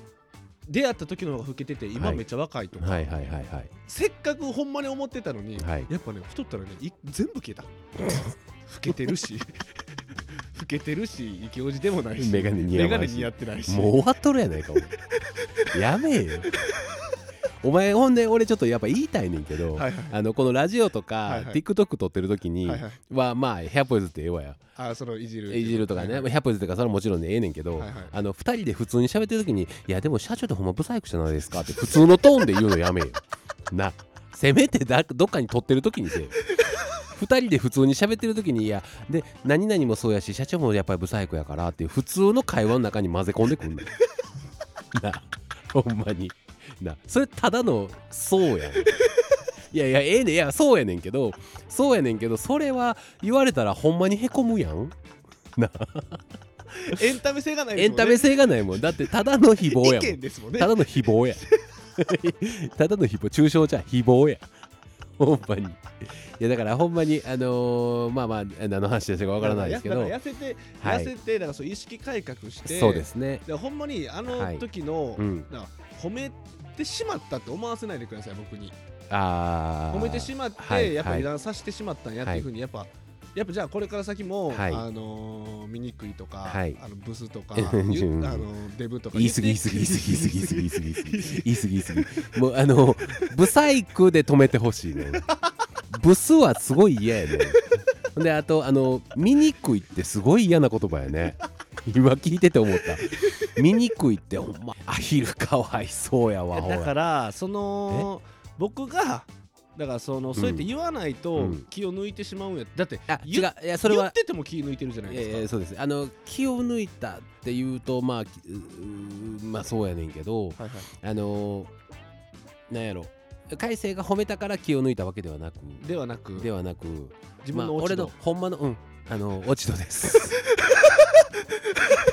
Speaker 1: 出会った時の方が老けてて今
Speaker 2: はい
Speaker 1: めっちゃ若いとか、
Speaker 2: はいはいはいはい
Speaker 1: せっかくほんまに思ってたのに、
Speaker 2: はい
Speaker 1: やっぱね太ったらねい全部消えた老けてるし老けてるしイケオジでもないし
Speaker 2: メガネ似合わない
Speaker 1: メガ
Speaker 2: し
Speaker 1: ネ似合ってないし
Speaker 2: もう終わっとるやないか俺やめえよお前ほんで俺ちょっとやっぱ言いたいねんけど、
Speaker 1: はいはい
Speaker 2: あのこのラジオとか、
Speaker 1: はいはい
Speaker 2: TikTok 撮ってる時には、
Speaker 1: はいはい
Speaker 2: まあ「100ポイズ」ってええわや
Speaker 1: あそのいじる
Speaker 2: いじるとかね、
Speaker 1: はい
Speaker 2: まあ100ポイズとかそれはもちろんねええねんけ
Speaker 1: は
Speaker 2: ど、
Speaker 1: いはい
Speaker 2: あの2人で普通に喋ってる時に「いやでも社長ってほんまブサイクじゃないですか」って普通のトーンで言うのやめえよ *laughs* なせめてだどっかに撮ってる時にせえよ2人で普通に喋ってる時に「いやで何々もそうやし社長もやっぱりブサイクやから」っていう普通の会話の中に混ぜ込んでくんの *laughs* なほんまになそれただの「そうやん」いやいやええねんいやそうやねんけどそうやねんけどそれは言われたらほんまにへこむやん
Speaker 1: エンタメ性がないで
Speaker 2: エ
Speaker 1: す
Speaker 2: ン
Speaker 1: もんね
Speaker 2: タメ性がないもんだってただの誹謗や
Speaker 1: 意
Speaker 2: もん
Speaker 1: 見ですもんね
Speaker 2: ただの誹謗や。 *laughs* ただの誹謗、中傷じゃ誹謗や。ほんまに。いやだからほんまに、あのーまあまあ、何の話でしたかわからないですけど
Speaker 1: だ、から痩せて、
Speaker 2: はい
Speaker 1: 痩せてだからそう意識改革して
Speaker 2: そうですね。
Speaker 1: でほんまにあの時の、
Speaker 2: うん。
Speaker 1: だから褒めてしまったって思わせないでください僕に
Speaker 2: ああ。
Speaker 1: 褒めてしまって、
Speaker 2: はい
Speaker 1: やっぱ
Speaker 2: はい
Speaker 1: 油断させてしまったんやっていうふうにやっぱ、やっぱじゃあこれから先も、
Speaker 2: はい
Speaker 1: あのー醜いとか、
Speaker 2: はい
Speaker 1: あのブス
Speaker 2: *laughs*
Speaker 1: とか、
Speaker 2: うん
Speaker 1: ゆあのデブとか
Speaker 2: 言い過ぎ言い過ぎ言い過ぎ
Speaker 1: *laughs*
Speaker 2: 言い過ぎ言い過ぎ言い過ぎ言い過ぎ言い過ぎもうあのブサイクで止めてほしいねブスはすごい嫌やねほんであとあの醜いってすごい嫌な言葉やね今聞いてて思った醜いってほんまアヒルかわいそうやわほ
Speaker 1: だかららその僕がだからそのそうやって言わないと
Speaker 2: うん
Speaker 1: 気を抜いてしまうんやだって
Speaker 2: あ違
Speaker 1: 言
Speaker 2: ういやそれ
Speaker 1: 言
Speaker 2: は
Speaker 1: ってても気抜いてるじゃない
Speaker 2: いやいや
Speaker 1: ですか。
Speaker 2: そうですあの気を抜いたっていうとまあきうーまあそうやねんけど、
Speaker 1: はいは
Speaker 2: あのー、なんやろ海星が褒めたから気を抜いたわけではなく
Speaker 1: い、ではなく
Speaker 2: ではなく
Speaker 1: 自分の落ち
Speaker 2: まあ、
Speaker 1: 度
Speaker 2: 俺の、ほんまのうん
Speaker 1: *laughs*
Speaker 2: あの落ち度です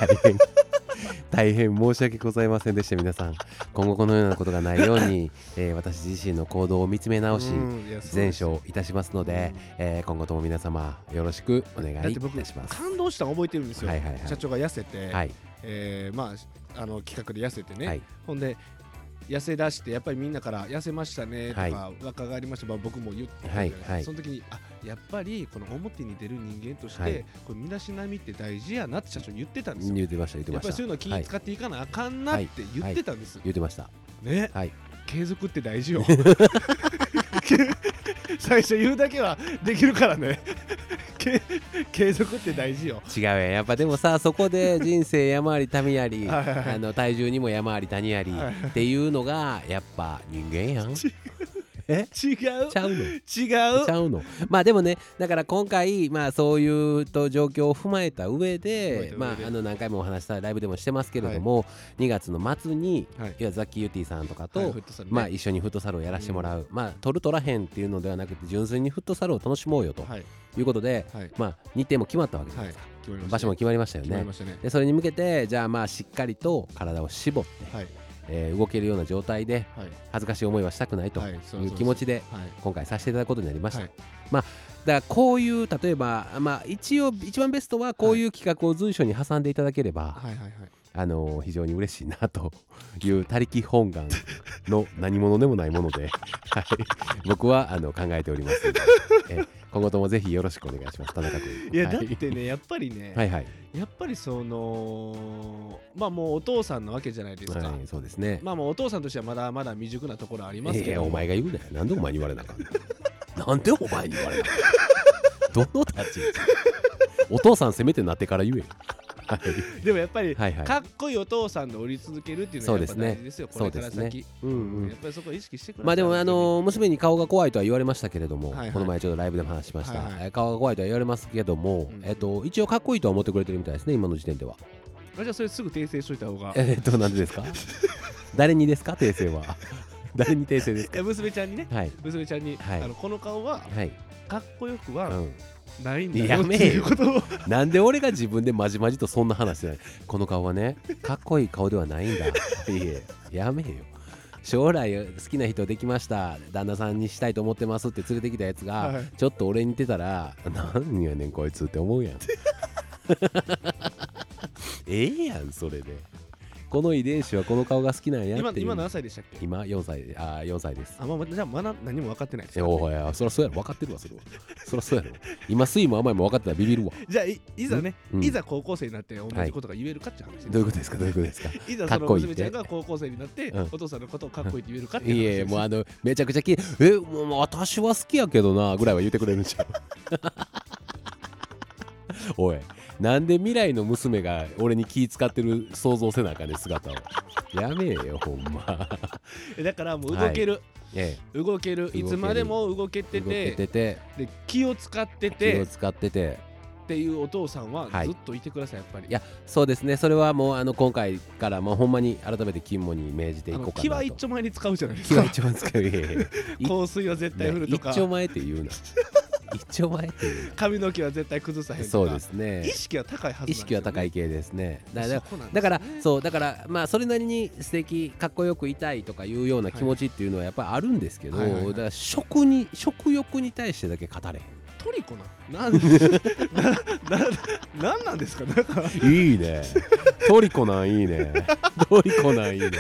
Speaker 2: 大変大変申し訳ございませんでした皆さん今後このようなことがないよう
Speaker 1: *laughs*
Speaker 2: に、えー私自身の行動を見つめ直し
Speaker 1: うんいやそうです
Speaker 2: 全勝いたしますので、えー今後とも皆様よろしくお願
Speaker 1: だっ
Speaker 2: いい
Speaker 1: て僕
Speaker 2: たします
Speaker 1: 感動したの覚えてるんですよ、
Speaker 2: はいはいはい
Speaker 1: 社長が痩せて、
Speaker 2: はい
Speaker 1: えーまあ、あの企画で痩せてね、
Speaker 2: はい
Speaker 1: ほんで痩せ出してやっぱりみんなから痩せましたねとか、
Speaker 2: はい
Speaker 1: 若返りました、まあ、僕も言ってたじゃないですか
Speaker 2: はいはい
Speaker 1: その時にあやっぱりこの表に出る人間として、
Speaker 2: はい
Speaker 1: これ身だしなみって大事やなって社長に言ってたんですよ。
Speaker 2: 言ってました言って
Speaker 1: や
Speaker 2: ま
Speaker 1: っぱり
Speaker 2: し
Speaker 1: そういうのは
Speaker 2: た
Speaker 1: 気使っていかなあかんなって言ってたんです、
Speaker 2: 言ってました
Speaker 1: ね、
Speaker 2: はい
Speaker 1: 継続って大事よ *laughs* 最初言うだけはできるからねけ継続って大事よ
Speaker 2: 違うやんやっぱで
Speaker 1: *laughs*
Speaker 2: もさそこで人生山あり谷あり
Speaker 1: はいはいはい
Speaker 2: あの体重にも山あり谷あり
Speaker 1: はいはい
Speaker 2: っていうのがやっぱ人間やんち
Speaker 1: 違う
Speaker 2: ゃうの
Speaker 1: 違う
Speaker 2: ちゃうのまあでもねだから今回まあそういうと状況を踏まえた上で
Speaker 1: 踏まえた上
Speaker 2: ま
Speaker 1: で
Speaker 2: ああの何回もお話したライブでもしてますけれども2月の末に
Speaker 1: はい
Speaker 2: いわゆるザッキーユーティーさんとか
Speaker 1: はい
Speaker 2: と
Speaker 1: フットサルね
Speaker 2: まあ一緒にフットサルをやらせてもらうまあ取る取らへんっていうのではなくて純粋にフットサルを楽しもうよと
Speaker 1: はい
Speaker 2: いうことで
Speaker 1: はい
Speaker 2: まあ日程も決まったわけです
Speaker 1: はい決まりましたね
Speaker 2: 場所も決まりましたよ
Speaker 1: 決ま
Speaker 2: ね
Speaker 1: りましたね
Speaker 2: でそれに向けてじゃあまあしっかりと体を絞って、
Speaker 1: はい
Speaker 2: えー動けるような状態で
Speaker 1: はい
Speaker 2: 恥ずかしい思いはしたくないと
Speaker 1: はいいそうそう
Speaker 2: う
Speaker 1: そう
Speaker 2: 気持ちで
Speaker 1: はい
Speaker 2: 今回させていただくことになりました、
Speaker 1: はい
Speaker 2: まあだからこういう例えばまあ一応一番ベストはこういう企画を随所に挟んでいただければ、
Speaker 1: はいはいはい
Speaker 2: あのー非常に嬉しいなという他力本願の何者でもない
Speaker 1: *laughs*
Speaker 2: もので、はい、僕はあの考えておりますのでえ今後ともぜひよろしくお願いします田中君
Speaker 1: いや
Speaker 2: は
Speaker 1: だってねやっぱりね、
Speaker 2: *laughs* はいはい、
Speaker 1: やっぱりそのまあもうお父さんなわけじゃないですか、
Speaker 2: はい、そうですね
Speaker 1: まあもうお父さんとしてはまだまだ未熟なところあります
Speaker 2: い
Speaker 1: け
Speaker 2: や
Speaker 1: ど、
Speaker 2: お前が言うなよなんでお前に言われなあかん
Speaker 1: *laughs*
Speaker 2: のなんでお前に言われなあかんの *laughs* どの立ち位置お父さんせめてなってから言えよはい
Speaker 1: でもやっぱり、
Speaker 2: はいはい
Speaker 1: かっこいいお父さんでおり続けるっていうのはやっぱ
Speaker 2: そうですね
Speaker 1: 大事ですよこれから
Speaker 2: そうです
Speaker 1: 先、
Speaker 2: うんうん
Speaker 1: やっぱりそこ意識してください
Speaker 2: まあでもあのー娘に顔が怖いとは言われましたけれども、
Speaker 1: はいはい
Speaker 2: この前ちょっとライブでも話しました、
Speaker 1: はいはい
Speaker 2: えー顔が怖いとは言われますけども、
Speaker 1: うん
Speaker 2: えっと一応かっこいいとは思ってくれてるみたいですね今の時点
Speaker 1: *laughs*
Speaker 2: では
Speaker 1: あじゃあそれすぐ訂正しといた方が
Speaker 2: *laughs* えっとなんでですか誰にですか訂正は *laughs* 誰に訂正です
Speaker 1: いや娘ちゃんにね
Speaker 2: はい
Speaker 1: 娘ちゃんに、
Speaker 2: はい
Speaker 1: あのこの顔は
Speaker 2: はい、
Speaker 1: かっこよく
Speaker 2: う
Speaker 1: は
Speaker 2: ん、
Speaker 1: ないんだよ
Speaker 2: や
Speaker 1: って
Speaker 2: めえ
Speaker 1: いう
Speaker 2: よ
Speaker 1: ことを
Speaker 2: なんで俺が自分でまじまじとそんな話してないこの顔はねかっこいい顔ではないんだい *laughs* えやめえよ将来好きな人できました旦那さんにしたいと思ってますって連れてきたやつが、
Speaker 1: はい
Speaker 2: ちょっと俺に似てたら何やねんこいつって思うやん *laughs* ええやんそれでこの遺伝子はこの顔が好きなんや
Speaker 1: 今
Speaker 2: っていう
Speaker 1: 今何歳でしたっけ
Speaker 2: 今4歳であー4歳です
Speaker 1: あ、まあ、じゃあまだ何も分かってないです
Speaker 2: え
Speaker 1: からね
Speaker 2: おいやそりゃそうやろ分かってるわそれはそりゃそうやろ今酸いも甘いも分かってたらビビるわ、
Speaker 1: じゃあいいざね、
Speaker 2: うん
Speaker 1: いざ高校生になって同じことが言えるかっていう話です、
Speaker 2: どういうことですかどういうことですか
Speaker 1: いざ
Speaker 2: か
Speaker 1: そ
Speaker 2: っ
Speaker 1: の
Speaker 2: こいいっ
Speaker 1: 娘
Speaker 2: て
Speaker 1: ちゃんが高校生になって、
Speaker 2: うん
Speaker 1: お父さんのことをかっこいいって言えるかって
Speaker 2: い
Speaker 1: いう話
Speaker 2: えい
Speaker 1: で
Speaker 2: え
Speaker 1: す
Speaker 2: もうあのめちゃくちゃきえもう私は好きやけどなぐらいは言ってくれるんちゃう *laughs* おいなんで未来の娘が俺に気使ってる想像せなあかんねん姿をやめえよほんま
Speaker 1: だからもう動ける、
Speaker 2: え
Speaker 1: 動ける
Speaker 2: け
Speaker 1: い
Speaker 2: る
Speaker 1: つまでも動け
Speaker 2: え
Speaker 1: て
Speaker 2: 動け
Speaker 1: て
Speaker 2: てて
Speaker 1: で気を使って
Speaker 2: 気を
Speaker 1: てっ
Speaker 2: 使ってて
Speaker 1: ていうお父さんは
Speaker 2: はい
Speaker 1: ずっといてくださいやっぱり、
Speaker 2: いやそうですねそれはもうあの今回からもうほんまに改めて勤務に命じてい
Speaker 1: あ
Speaker 2: こう
Speaker 1: の
Speaker 2: かなと
Speaker 1: 気は一丁前に使うじゃないです
Speaker 2: 気は
Speaker 1: か
Speaker 2: 一番使ういえい *laughs* えい
Speaker 1: 香水は絶対振ると
Speaker 2: 一
Speaker 1: か、
Speaker 2: 丁前って言うな *laughs* 一丁前って言う
Speaker 1: 髪の毛は絶対崩さへん
Speaker 2: な
Speaker 1: とか
Speaker 2: そうですね
Speaker 1: 意識は高いはずなん
Speaker 2: 意
Speaker 1: ですよね
Speaker 2: 識は高い系ですねだか
Speaker 1: そ
Speaker 2: ら
Speaker 1: こなんです
Speaker 2: だ
Speaker 1: よ
Speaker 2: から
Speaker 1: ね
Speaker 2: そうだからまあそれなりに素敵かっこよくいたいとかいうような気持ちっていうのはやっぱりあるんですけど、
Speaker 1: はいはいはい
Speaker 2: だから食に食欲に対してだけ語れ
Speaker 1: トリコなんなんなななんなんですかなんか
Speaker 2: へんいい *laughs* ねトリコなんいいねトリコなんいいね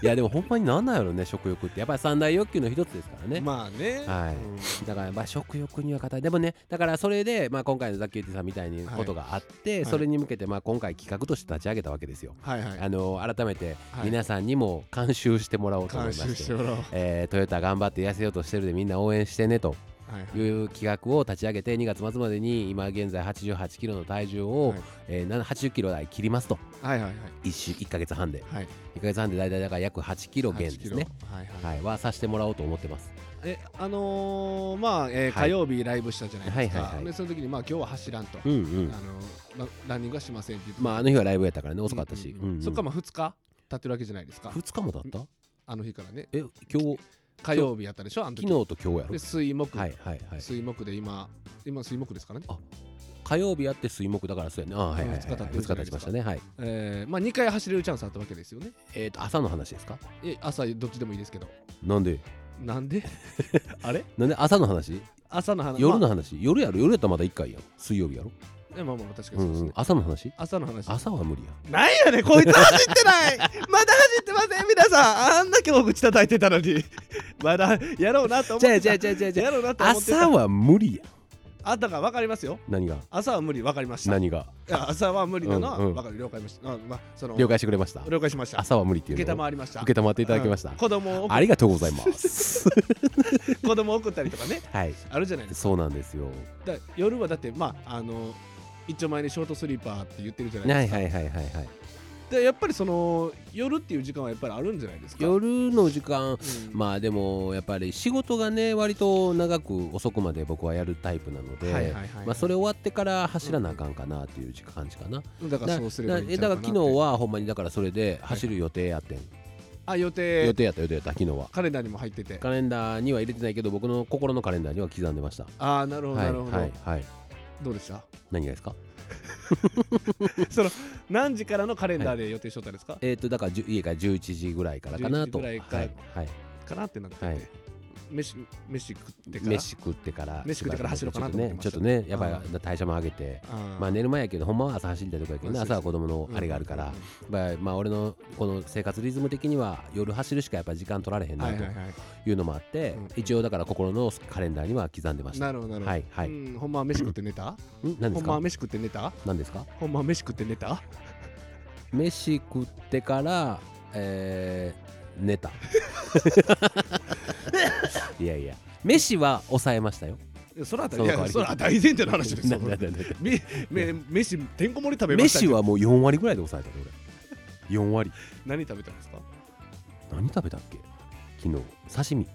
Speaker 2: いやでもほんまになんなんやろね食欲ってやっぱり三大欲求の一つですからね、
Speaker 1: まあね、
Speaker 2: はい
Speaker 1: うん
Speaker 2: だからまあ食欲には語れでもねだからそれでまあ今回のザキューティさんみたいにことがあって、
Speaker 1: い
Speaker 2: それに向けてまあ今回企画として立ち上げたわけですよ、
Speaker 1: はいはい
Speaker 2: あの改めて
Speaker 1: はい
Speaker 2: 皆さんにも監修してもらおうと思いま
Speaker 1: 監
Speaker 2: し
Speaker 1: 修
Speaker 2: て,、
Speaker 1: してもらおう、
Speaker 2: えートヨタ頑張って痩せようとしてるでみんな応援してねと
Speaker 1: はいはい
Speaker 2: いう企画を立ち上げて2月末までに今現在8 8キロの体重を、
Speaker 1: はい
Speaker 2: えーな8 0キロ台切りますと
Speaker 1: はいはい
Speaker 2: 1, 週1ヶ月半で
Speaker 1: はい
Speaker 2: 1ヶ月半で大体だから約8キロ
Speaker 1: 8
Speaker 2: 減で
Speaker 1: キ
Speaker 2: す
Speaker 1: ロ
Speaker 2: ね、
Speaker 1: はいはい、
Speaker 2: はい、はさせてもらおうと思ってます
Speaker 1: えあのー、まあ、えー
Speaker 2: はい
Speaker 1: 火曜日ライブしたじゃないですか、
Speaker 2: はいはいはい
Speaker 1: でその時にまあ今日は走らんと、
Speaker 2: うんう
Speaker 1: あ
Speaker 2: ん
Speaker 1: のーラランニングはしませんって言って
Speaker 2: まああの日はライブやったからね遅かったし、
Speaker 1: うんうんうんそっからまあ2日経ってるわけじゃないですか
Speaker 2: 2日も経った
Speaker 1: あの日からね
Speaker 2: え今日
Speaker 1: 火曜日やったでしょあの
Speaker 2: 昨日
Speaker 1: 時
Speaker 2: と今日やろ
Speaker 1: で水木、
Speaker 2: はいはいはい
Speaker 1: 水木で今今水木ですからね
Speaker 2: あ火曜日やって水木だからそうやねあーはいはいはい
Speaker 1: 二日経ってる
Speaker 2: 二
Speaker 1: じゃな
Speaker 2: 日経
Speaker 1: いですか
Speaker 2: ちましたねはい
Speaker 1: えー、まあ2回走れるチャンスあったわけですよね
Speaker 2: えーと朝の話ですか
Speaker 1: いや朝どっちでもいいですけど
Speaker 2: なんで
Speaker 1: なん
Speaker 2: *laughs*
Speaker 1: であれ
Speaker 2: なんで朝の話
Speaker 1: 朝の話
Speaker 2: 夜
Speaker 1: ま
Speaker 2: の話夜やろ夜やったらまだ1回やろ水曜日やろ
Speaker 1: あ、えまあまあまあ確かに
Speaker 2: う
Speaker 1: そうで
Speaker 2: ん
Speaker 1: すね、
Speaker 2: うん朝の話
Speaker 1: 朝の話
Speaker 2: 朝は無理や
Speaker 1: なんやねんこいつ走ってないまだ走ってません皆さんあんだけ大口叩いてたのに *laughs* まだやろうなと思って
Speaker 2: じ
Speaker 1: た
Speaker 2: ゃじゃじゃじゃじゃ
Speaker 1: やろうなと思ってた
Speaker 2: 朝は無理や
Speaker 1: あったか分かりますよ
Speaker 2: 何が
Speaker 1: 朝は無理分かりましたい
Speaker 2: 何が
Speaker 1: や朝は無理なのは
Speaker 2: うんうん
Speaker 1: 分かる、了解しましたあまあその
Speaker 2: 了解してくれました
Speaker 1: 了解しました
Speaker 2: 朝は無理って
Speaker 1: 受
Speaker 2: い
Speaker 1: け
Speaker 2: う
Speaker 1: た
Speaker 2: の
Speaker 1: ま
Speaker 2: を
Speaker 1: わりました
Speaker 2: 受けたまっていただきました
Speaker 1: うん子供を
Speaker 2: ありがとうございます
Speaker 1: *laughs* 子供を送ったりとかね
Speaker 2: はい
Speaker 1: あるじゃないです
Speaker 2: そうなんですよ
Speaker 1: かだ夜はだってまああの一丁前にショートスリーパーって言ってるじゃ
Speaker 2: は
Speaker 1: ない
Speaker 2: いは
Speaker 1: で
Speaker 2: い
Speaker 1: すか、
Speaker 2: はいはいはい
Speaker 1: でやっぱりその夜っていう時間はやっぱりあるんじゃないですか、
Speaker 2: 夜の時
Speaker 1: う
Speaker 2: 間
Speaker 1: ん
Speaker 2: まあでもやっぱり仕事がね割と長く遅くまで僕はやるタイプなので、
Speaker 1: はいはいはいはい
Speaker 2: まあ、それ終わってから走らなあかんかなっていう時間感じかな、
Speaker 1: だからそうすればいいんちゃうか
Speaker 2: だ
Speaker 1: な
Speaker 2: だ
Speaker 1: っ
Speaker 2: か
Speaker 1: て
Speaker 2: ら昨日はほんまにだからそれで走る予定やってん、
Speaker 1: あ予定
Speaker 2: 予定やった予定やった昨日は
Speaker 1: カレンダーにも入ってて
Speaker 2: カレンダーには入れてないけど僕の心のカレンダーには刻んでました
Speaker 1: ああなるほど
Speaker 2: は
Speaker 1: ないるほど、
Speaker 2: はいはい
Speaker 1: どうでした
Speaker 2: 何がですか
Speaker 1: その何時からのカレンダーで予定しとったんですか、
Speaker 2: えっ、とだからじゅ家から11時ぐらいからかな
Speaker 1: 11時
Speaker 2: と
Speaker 1: ぐらいか
Speaker 2: はい、はい
Speaker 1: かなってなって、
Speaker 2: はい
Speaker 1: 飯飯食ってから
Speaker 2: 飯食ってから
Speaker 1: 飯食ってから走ろうかなと思ってま
Speaker 2: ちょ
Speaker 1: し
Speaker 2: ったとねやっぱ
Speaker 1: あ
Speaker 2: り代謝も上げて
Speaker 1: あー
Speaker 2: まあ寝る前やけどほんまは朝走りたいとかやけどね
Speaker 1: うん
Speaker 2: 朝は子供の
Speaker 1: うん
Speaker 2: あれがあるから
Speaker 1: うん、
Speaker 2: まあ、まあ俺のこの生活リズム的には夜走るしかやっぱ時間取られへん
Speaker 1: は
Speaker 2: ない
Speaker 1: はい
Speaker 2: と
Speaker 1: は
Speaker 2: いうのもあって、
Speaker 1: うん
Speaker 2: 一応だから心のカレンダーには刻んでま
Speaker 1: い
Speaker 2: した。
Speaker 1: なるほどなるほど、
Speaker 2: はいはい。
Speaker 1: うんん、ほんまは飯食って寝た
Speaker 2: 何
Speaker 1: ほ
Speaker 2: です
Speaker 1: んま
Speaker 2: か
Speaker 1: は？飯食って寝た
Speaker 2: 何ですか？
Speaker 1: ほんまは飯食って寝た
Speaker 2: 飯食ってから、えー、寝
Speaker 1: *laughs*
Speaker 2: た。いやいや。飯は抑えましたよ。
Speaker 1: そら当た
Speaker 2: その
Speaker 1: り
Speaker 2: 代わ
Speaker 1: 前 *laughs*
Speaker 2: り
Speaker 1: そら大前提の話です
Speaker 2: な
Speaker 1: よ
Speaker 2: んだなんだなんだ
Speaker 1: めめ飯てんこ盛り食べました
Speaker 2: *laughs* 飯
Speaker 1: けど
Speaker 2: はもう四割ぐらいで抑えたね俺。四割。
Speaker 1: 何食べたんですか
Speaker 2: 何食べたっけ？昨日刺身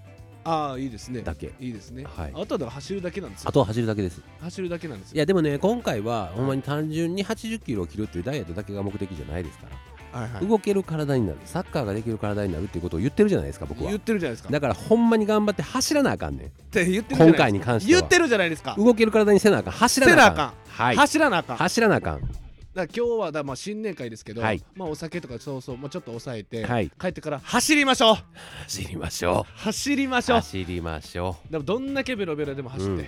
Speaker 1: ああいいですね
Speaker 2: だけ。
Speaker 1: いいですね、
Speaker 2: はい
Speaker 1: あとはだから走るだけなんですよ
Speaker 2: あとは走るだけです。
Speaker 1: 走るだけなんですよ
Speaker 2: いやでもね今回はほんまに単純に80キロを切るっていうダイエットだけが目的じゃないですから
Speaker 1: はいはい
Speaker 2: 動ける体になるサッカーができる体になるっていうことを言ってるじゃないですか僕は
Speaker 1: 言ってるじゃないですか
Speaker 2: だからほんまに頑張って走らなあかんねん
Speaker 1: って言ってるじゃないで
Speaker 2: 今
Speaker 1: すか
Speaker 2: 回に関しては
Speaker 1: 言ってるじゃないですか、
Speaker 2: 動ける体にせなあかん走らなあかん
Speaker 1: せなあ
Speaker 2: はい
Speaker 1: 走らなあかん
Speaker 2: 走らなあかん
Speaker 1: だから今日はだからまあ新年会ですけど、
Speaker 2: はい
Speaker 1: まあ、お酒とかそうそう、まあ、ちょっと抑えて、
Speaker 2: はい
Speaker 1: 帰ってから走りましょう
Speaker 2: 走りましょ
Speaker 1: 走りま
Speaker 2: う
Speaker 1: しょう
Speaker 2: 走りましょ
Speaker 1: でもどんだけベロベロでも走って、
Speaker 2: うんう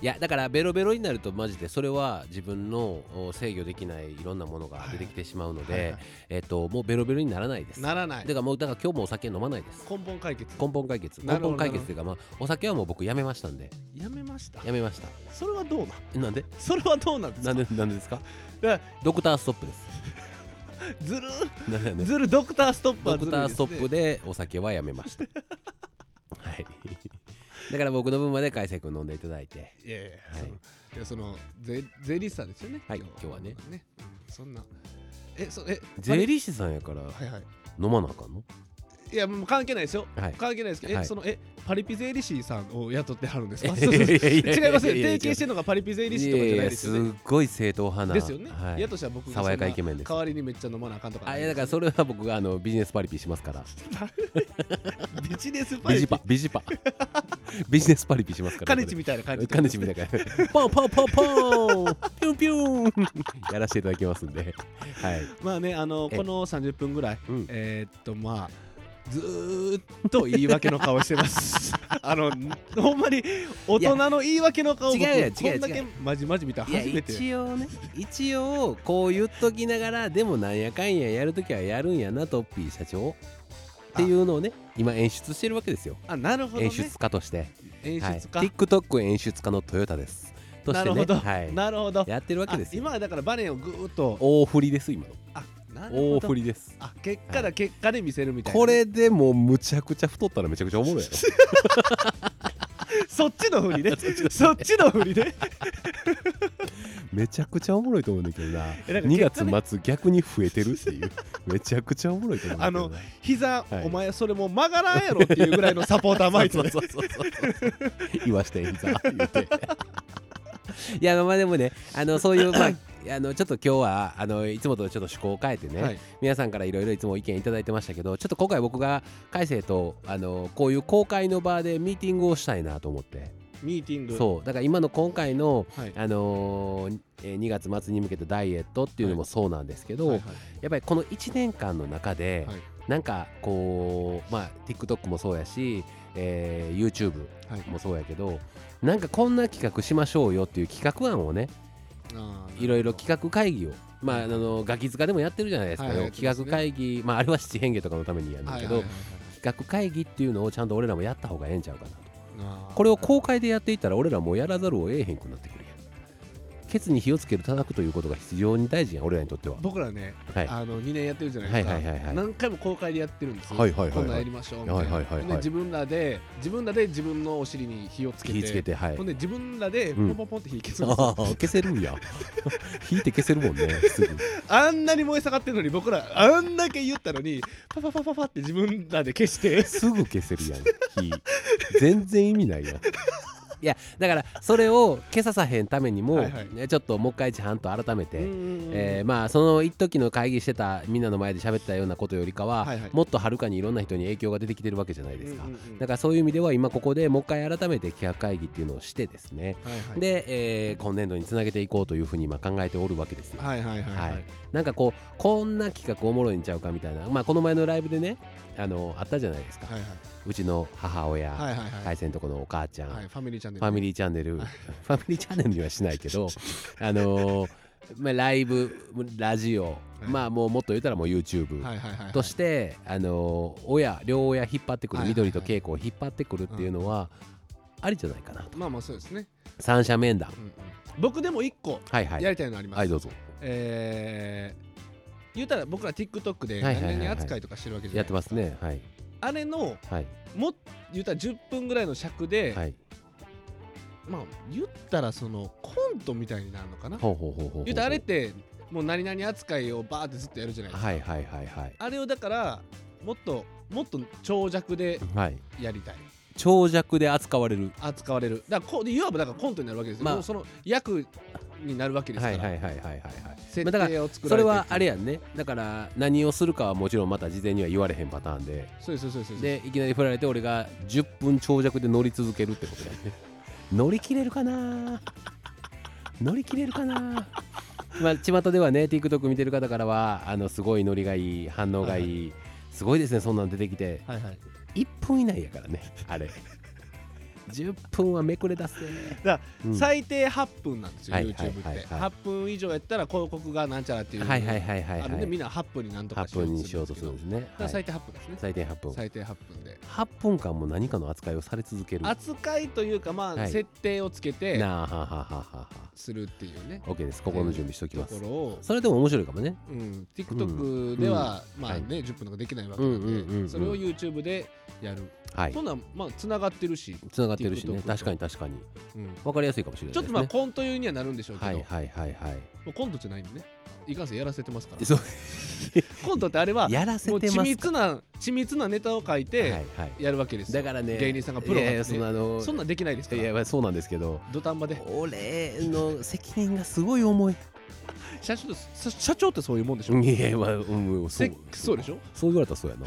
Speaker 2: いやだからベロベロになるとマジでそれは自分のお制御できないいろんなものが出てきてしまうので、
Speaker 1: はいはい
Speaker 2: えっともうベロベロにならないです
Speaker 1: ならない
Speaker 2: だからもうだから今日もお酒飲まないです
Speaker 1: 根本解決
Speaker 2: 根本解決
Speaker 1: な
Speaker 2: 根
Speaker 1: るほど
Speaker 2: 本解決というかまあお酒はもう僕やめましたんで
Speaker 1: やめました
Speaker 2: やめました
Speaker 1: それはどうなん
Speaker 2: えなんで
Speaker 1: それはどうなんです
Speaker 2: な
Speaker 1: か
Speaker 2: んでなんでですか
Speaker 1: だか
Speaker 2: ドクターストップです
Speaker 1: らずる
Speaker 2: なんでなんで
Speaker 1: ずるドクターストップは
Speaker 2: ド
Speaker 1: ず
Speaker 2: ク
Speaker 1: るい
Speaker 2: タ
Speaker 1: で
Speaker 2: ー
Speaker 1: す、ね、
Speaker 2: ストップでお酒はやめま *laughs* したはいだから僕の分まで海星君飲んでいただいて
Speaker 1: いやいや、
Speaker 2: はい
Speaker 1: そのいやそのゼ税理士さんですよね
Speaker 2: はい今日はね
Speaker 1: ねそんなえそえ
Speaker 2: 税理士さんやから
Speaker 1: パリはいはい
Speaker 2: 飲まなあかんの
Speaker 1: いやもう関係ないですよ
Speaker 2: はい
Speaker 1: 関係ないですけど、え
Speaker 2: はい
Speaker 1: そのえパリピ税理士さんを雇ってはるんですか
Speaker 2: い
Speaker 1: そうそうそ
Speaker 2: や
Speaker 1: う
Speaker 2: いやいや
Speaker 1: 違いますよ
Speaker 2: いやいやいや
Speaker 1: 提携してるのがパリピ税理士とかじゃないですよ
Speaker 2: いやい
Speaker 1: ね
Speaker 2: やすっごい正統派な
Speaker 1: ですよね、
Speaker 2: はい
Speaker 1: い、やとしては僕が
Speaker 2: 爽やかイケメンです
Speaker 1: そんな代わりにめっちゃ飲まなあかんとか
Speaker 2: あいやだからそれは僕があのビジネスパリピしますから
Speaker 1: らビジネスパ
Speaker 2: ビ
Speaker 1: リ
Speaker 2: ジ
Speaker 1: ピ
Speaker 2: パビジパビジネスパリピしますから
Speaker 1: カネチみたいな感じで
Speaker 2: カネチみたいなポンポンポンポンピュンピュンやらせていただきますんではい
Speaker 1: まあねあの
Speaker 2: え
Speaker 1: この30分ぐらい、
Speaker 2: うん
Speaker 1: えーっとまあずーっと言い訳の顔してます
Speaker 2: *laughs*
Speaker 1: あのほんまに大人の言い訳の顔
Speaker 2: いや違うよ違うよ
Speaker 1: こんだけまじまじ見たの
Speaker 2: いや
Speaker 1: 初めて
Speaker 2: 一応ね一応こう言っときながらでもなんやかんややるときはやるんやなトッピー社長っていうのをね今演出してるわけですよ
Speaker 1: あなるほどね
Speaker 2: 演出家として
Speaker 1: 演出か、
Speaker 2: はい、TikTok 演出家のトヨタですとし
Speaker 1: な
Speaker 2: て
Speaker 1: る
Speaker 2: ね
Speaker 1: ほど、
Speaker 2: はい、
Speaker 1: なるほど
Speaker 2: やってるわけ
Speaker 1: あ
Speaker 2: ですよ
Speaker 1: 今はだからバネをぐーっと
Speaker 2: 大振りです今の
Speaker 1: あなるほ
Speaker 2: 大
Speaker 1: ど
Speaker 2: 振りです
Speaker 1: あ結果だ結果で見せるみたいなね、
Speaker 2: これでもうむちゃくちゃ太ったらめちゃくちゃおもろ
Speaker 1: *laughs*
Speaker 2: いやろ
Speaker 1: そっちの振り
Speaker 2: *laughs*
Speaker 1: でそっちの振りで
Speaker 2: めちゃくちゃおもろいと思うんだけどな
Speaker 1: えなんか
Speaker 2: 2
Speaker 1: 結果ね
Speaker 2: 月末逆に増えてるっていうめちゃくちゃおもろいと思うんだけどな
Speaker 1: あの膝、
Speaker 2: はい
Speaker 1: お前それもう曲がらんやろっていうぐらいのサポーターマイト
Speaker 2: *laughs* そうそうそうそう言わして
Speaker 1: *laughs*
Speaker 2: 膝言っていやまあでもねあのそういうまああのちょっと今日はあのいつもとちょっと趣向を変えてね、
Speaker 1: はい
Speaker 2: 皆さんからいろいろいつも意見いただいてましたけどちょっと今回僕が海星とあのこういう公開の場でミーティングをしたいなと思って、
Speaker 1: ミーティング
Speaker 2: そうだから今の今回の、
Speaker 1: はい
Speaker 2: あのーえー2月末に向けてダイエットっていうのもそうなんですけど、
Speaker 1: はいはい
Speaker 2: やっぱりこの1年間の中で、
Speaker 1: はい
Speaker 2: なんかこう、まあ、TikTok もそうやし、えー YouTube
Speaker 1: はい
Speaker 2: もそうやけどなんかこんな企画しましょうよっていう企画案をね
Speaker 1: あー
Speaker 2: いろいろ企画会議を、まあ、あのガキ塚でもやってるじゃないですか、
Speaker 1: はいはい
Speaker 2: 企画会議、まあ、あれは七変化とかのためにやるんだ
Speaker 1: はい
Speaker 2: け
Speaker 1: はいは
Speaker 2: ど、
Speaker 1: いはい
Speaker 2: 企画会議っていうのをちゃんと俺らもやった方がええんちゃうかなと
Speaker 1: あー
Speaker 2: これを公開でやっていったら俺らもうやらざるを得へんくなってくるやんケツに火をつける叩くということが非常に大事やん俺らにとっては
Speaker 1: 僕らね、
Speaker 2: はい
Speaker 1: あの2年やってるじゃないですか、
Speaker 2: はいはいはいはい
Speaker 1: 何回も公開でやってるんですよ、
Speaker 2: はいはいはいはい
Speaker 1: こんなんやりましょうみたいな、
Speaker 2: はいはいはいはい
Speaker 1: で自分らで自分らで自分のお尻に火をつけて
Speaker 2: 火つけてはい
Speaker 1: ほんで自分らで
Speaker 2: ん
Speaker 1: ポンポンポンって火消すんです
Speaker 2: あ
Speaker 1: よ、
Speaker 2: あ消せる
Speaker 1: *laughs*
Speaker 2: んや引いて消せるもんねすぐ
Speaker 1: あんなに燃え下がってるのに僕らあんだけ言ったのにパパパパパって自分らで消して
Speaker 2: すぐ消せるやん火全然意味ないやんいやだからそれを消ささへんためにも、
Speaker 1: はいはい
Speaker 2: ねちょっともう一回ちゃんと改めて、え
Speaker 1: え
Speaker 2: ーまあその一時の会議してたみんなの前で喋ったようなことよりかは、
Speaker 1: はいはい
Speaker 2: もっとはるかにいろんな人に影響が出てきてるわけじゃないですか、
Speaker 1: うんうんうん
Speaker 2: だからそういう意味では今ここでもう一回改めて企画会議っていうのをしてですね、
Speaker 1: はいはい、
Speaker 2: で、えー今年度につなげていこうというふうに今考えておるわけですよ、
Speaker 1: はいはいはいはい、
Speaker 2: はいなんかこうこんな企画おもろいんちゃうかみたいな、まあ、この前のライブでねあのあったじゃないですか、
Speaker 1: はいはいう
Speaker 2: ちの母親、
Speaker 1: はいはいはい
Speaker 2: 海鮮とこのお母ちゃん、
Speaker 1: はい、ファミリーチャンネ
Speaker 2: フ
Speaker 1: ル
Speaker 2: ァミリーチャンネル、ファミリーチャンネルにはしない
Speaker 1: *laughs*
Speaker 2: けど、あのーまあ、ライブ、ラジオ、
Speaker 1: い
Speaker 2: まあもうもっと言ったらもう YouTube
Speaker 1: はいはいはいはい
Speaker 2: として、あのー親、両親引っ張ってくる、
Speaker 1: はいはいはい
Speaker 2: 緑と稽古を引っ張ってくるっていうのは、ありじゃないかなと。
Speaker 1: まあまあそうですね、
Speaker 2: 三者面談
Speaker 1: う。んうん、僕でも一個
Speaker 2: はいは
Speaker 1: や
Speaker 2: い。
Speaker 1: りたいのあります、
Speaker 2: はい、どうぞ。
Speaker 1: えー言うたら僕ら TikTok で
Speaker 2: はいはいはいはい
Speaker 1: 何々扱いとかしてるわけじゃ
Speaker 2: や
Speaker 1: な
Speaker 2: っ
Speaker 1: い
Speaker 2: てますね。はい。
Speaker 1: あれの
Speaker 2: はい。
Speaker 1: も言うたら10分ぐらいの尺で、
Speaker 2: はい。
Speaker 1: まあ言ったらそのコントみたいになるのかな
Speaker 2: ほうほうほうほうほう。
Speaker 1: 言うたらあれってもう何々扱いをバーってずっとやるじゃないですか、
Speaker 2: はいはいはいはい。
Speaker 1: あれをだからもっともっと長尺で
Speaker 2: はい。
Speaker 1: やりたい
Speaker 2: 長尺で扱われる。
Speaker 1: 扱われるだからこうでいわばだからコントになるわけですよ、
Speaker 2: まあ
Speaker 1: もうその約になるわけですか
Speaker 2: は
Speaker 1: ら、
Speaker 2: いはいはいはいはいはい
Speaker 1: 設定を作ら
Speaker 2: そ
Speaker 1: れ
Speaker 2: れ
Speaker 1: て
Speaker 2: はあれやんねだから何をするかはもちろんまた事前には言われへんパターンで
Speaker 1: そうですそうですそうです
Speaker 2: でいきなり振られて俺が10分長尺で乗り続けるってことだよね *laughs* 乗り切れるかな *laughs* 乗り切れるかな *laughs* まあ巷ではね TikTok 見てる方からはあのすごいノリがいい反応がいい、すごいですねそんなの出てきて
Speaker 1: はいはい
Speaker 2: 1分以内やからねあ *laughs* れ10分はめくれ出すね
Speaker 1: だか
Speaker 2: うん
Speaker 1: 最低8分なんですよ、
Speaker 2: はいはい
Speaker 1: YouTube って、
Speaker 2: はいはい
Speaker 1: 8分以上やったら広告がなんちゃらっていう、
Speaker 2: はいはいはいはい
Speaker 1: あ
Speaker 2: は
Speaker 1: るんでみ
Speaker 2: い
Speaker 1: んな8分になんとか
Speaker 2: 8分にしよう
Speaker 1: す
Speaker 2: と
Speaker 1: る
Speaker 2: する
Speaker 1: ん
Speaker 2: ん
Speaker 1: で
Speaker 2: ですすね
Speaker 1: けど、
Speaker 2: はい
Speaker 1: 最低8分ですね
Speaker 2: 最低8分
Speaker 1: 最低8分で
Speaker 2: 8分間も何かの扱いをされ続けるな
Speaker 1: 扱いというかまあ、
Speaker 2: はい
Speaker 1: 設定をつけて
Speaker 2: あははははは
Speaker 1: するっていうね
Speaker 2: OK です心の準備しとき
Speaker 1: と
Speaker 2: ます
Speaker 1: ころを、
Speaker 2: それでも面白いかもね
Speaker 1: うん、TikTok では、まあね、
Speaker 2: は
Speaker 1: 10分とかできないわけなんで、
Speaker 2: うんうんうんうん
Speaker 1: それを YouTube でやる、
Speaker 2: はい
Speaker 1: そんなんまあつながってるし、
Speaker 2: つながってるしね
Speaker 1: TikTok と
Speaker 2: 確かに確かに
Speaker 1: うん
Speaker 2: 分かりやすいかもしれない
Speaker 1: ちょ
Speaker 2: で
Speaker 1: っ
Speaker 2: す
Speaker 1: と
Speaker 2: ね
Speaker 1: まあコント用にはなるんでしょうけど、
Speaker 2: はい
Speaker 1: も
Speaker 2: はいはいは
Speaker 1: うコントじゃないんでねいかんせんやらせてますから
Speaker 2: いそう
Speaker 1: コントってあれは
Speaker 2: やらせ
Speaker 1: もう
Speaker 2: て
Speaker 1: 緻
Speaker 2: ます
Speaker 1: 密な緻密なネタを書い
Speaker 2: はいは
Speaker 1: て
Speaker 2: い
Speaker 1: やるわけですよ、
Speaker 2: だからね
Speaker 1: 芸人さんがプロ
Speaker 2: いや
Speaker 1: な
Speaker 2: いや
Speaker 1: ん
Speaker 2: そのあ
Speaker 1: で
Speaker 2: の
Speaker 1: そんなんできないですか
Speaker 2: いや
Speaker 1: ら
Speaker 2: まあそうなんですけど
Speaker 1: 土壇場で
Speaker 2: 俺の責任がすごい重い
Speaker 1: 社長社社長ってそういうもんでしょ、
Speaker 2: いやまあうんそ
Speaker 1: せ
Speaker 2: う
Speaker 1: そうでしょ
Speaker 2: そう言われたらそうやな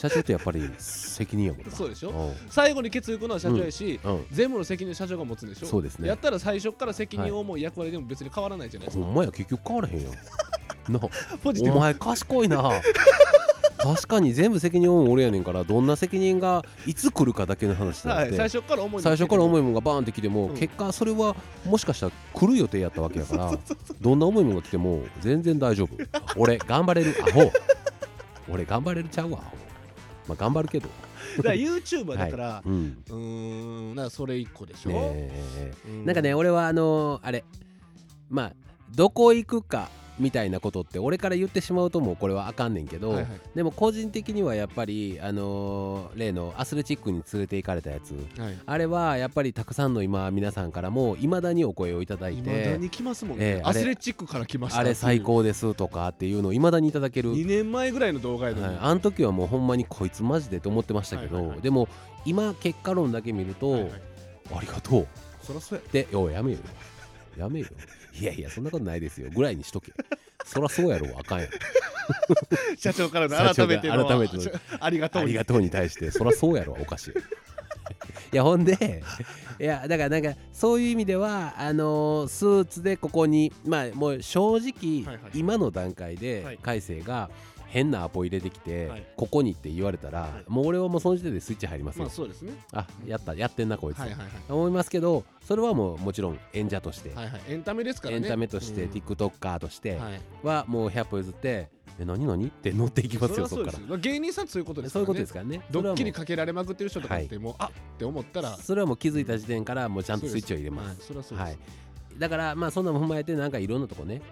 Speaker 2: 社長ってやっぱり責任やもん
Speaker 1: *laughs*
Speaker 2: な
Speaker 1: そうでしょ
Speaker 2: ん
Speaker 1: 最後に決意くのは社長やし、
Speaker 2: うん
Speaker 1: 全部の責任を社長が持つんでしょ
Speaker 2: そうですね
Speaker 1: やったら最初から責任を重い役割でも別に変わらないじゃないです
Speaker 2: ほんまや結局変わらへんやん
Speaker 1: *laughs*
Speaker 2: な
Speaker 1: か、ポジティ
Speaker 2: お
Speaker 1: ブ
Speaker 2: 前賢
Speaker 1: *laughs*
Speaker 2: いな確かに全部責任負うの俺やねんからどんな責任がいつ来るかだけの話だ
Speaker 1: は
Speaker 2: っ
Speaker 1: い、
Speaker 2: て、
Speaker 1: 最初から重い
Speaker 2: 最初から
Speaker 1: い
Speaker 2: 重いもんがバーンってきても、
Speaker 1: うん
Speaker 2: 結果それはもしかしたら来る予定やったわけやからどんな重いもんが来ても全然大丈夫俺頑張れるアホ俺頑張れるちゃうわアホまあ頑張るけど
Speaker 1: だから YouTube はだから、
Speaker 2: はいうん
Speaker 1: うーんなんかそれ一個でしょ、
Speaker 2: ねえ
Speaker 1: う
Speaker 2: なんかね俺はあのーあれまあどこ行くかみたいなことって俺から言ってしまうともうこれはあかんねんけど、
Speaker 1: はいはい
Speaker 2: でも個人的にはやっぱりあのー例のアスレチックに連れて行かれたやつ
Speaker 1: はい
Speaker 2: あれはやっぱりたくさんの今皆さんからもいまだにお声をいただい
Speaker 1: 今だ
Speaker 2: て
Speaker 1: に来ますもんね、
Speaker 2: ええあ
Speaker 1: ア
Speaker 2: れ
Speaker 1: スレチックから来ました
Speaker 2: あれ最高ですとかっていうのをいまだにいただける、はい
Speaker 1: 2年前ぐらいの動画やのに、
Speaker 2: あの時はもうほんまにこいつマジでと思ってましたけど、
Speaker 1: はいはいはい
Speaker 2: でも今結果論だけ見ると、
Speaker 1: はいはい
Speaker 2: ありがとう
Speaker 1: そりゃそうや
Speaker 2: っておいやめよやめよいやいやそんなことないですよぐらいにしとけそらそうやろあかんやろ
Speaker 1: 社長からの
Speaker 2: 社長
Speaker 1: 改め
Speaker 2: が
Speaker 1: ての
Speaker 2: 改めての
Speaker 1: ちょ *laughs* ありがとう
Speaker 2: ありがとうに対してそらそうやろおかしいいやほんでいやだからなんかそういう意味ではあのースーツでここにまあもう正直、
Speaker 1: はいはい
Speaker 2: 今の段階
Speaker 1: はい
Speaker 2: で海星が変なアポ入れてきて、
Speaker 1: はい
Speaker 2: ここにって言われたら、
Speaker 1: はい
Speaker 2: もう俺はもうその時点でスイッチ入ります
Speaker 1: ま
Speaker 2: よ
Speaker 1: あ、そうですね
Speaker 2: あやったやってんなこいつ、
Speaker 1: はいはいはい
Speaker 2: 思いますけどそれはもうもちろん演者として、
Speaker 1: はいはいエンタメですから
Speaker 2: エ
Speaker 1: ね
Speaker 2: ンタメとして、
Speaker 1: うん
Speaker 2: TikToker として
Speaker 1: はい
Speaker 2: はもう100歩譲って「え何何?」って乗っていきますよそ
Speaker 1: り
Speaker 2: こ
Speaker 1: ゃう
Speaker 2: から
Speaker 1: ですよまあ芸人さんそういうことです
Speaker 2: そ
Speaker 1: から
Speaker 2: ういうこと
Speaker 1: ね
Speaker 2: ですからね
Speaker 1: ドッキリ
Speaker 2: それはもう
Speaker 1: かけられまくってる人とかってもう、あって思ったら
Speaker 2: それはもう気づいた時点からもうちゃんとスイッチを入れます
Speaker 1: す、はい、そりゃ
Speaker 2: は
Speaker 1: そう
Speaker 2: い
Speaker 1: で、
Speaker 2: だからまあそんなもん踏まえてなんかいろんなとこね、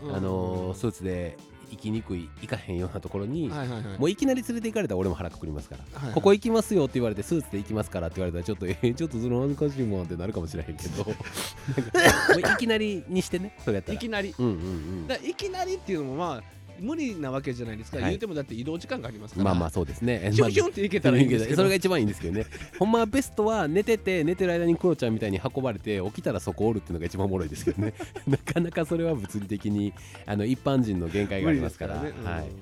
Speaker 1: す、うん
Speaker 2: あのースーツで行きにくい行かへんようなところに、
Speaker 1: はいはいはい
Speaker 2: もういきなり連れて行かれたら俺も腹くくりますから、
Speaker 1: はいはい
Speaker 2: ここ行きますよって言われてスーツで行きますからって言われたらちょっとえ *laughs* ーちょっとその恥ずかしいもんってなるかもしれへんけ
Speaker 1: *laughs*
Speaker 2: どなんかもういきなりにしてねそれやったら
Speaker 1: いきなり
Speaker 2: うんうんうん
Speaker 1: だからいきなりっていうのもまあ無理なわけじゃないですか、
Speaker 2: はい
Speaker 1: 言うてもだって移動時間がありますから
Speaker 2: まあまあそうですね。
Speaker 1: ヒュンヒュンっていけたらいいんですけど
Speaker 2: それが一番いいんですけどね。ほんまはベストは寝てて寝てる間にクロちゃんみたいに運ばれて起きたらそこおるっていうのが一番おもろいですけど
Speaker 1: *laughs*
Speaker 2: ね。なかなかそれは物理的にあの一般人の限界がありますから。
Speaker 1: 無理ですから
Speaker 2: はい
Speaker 1: ね。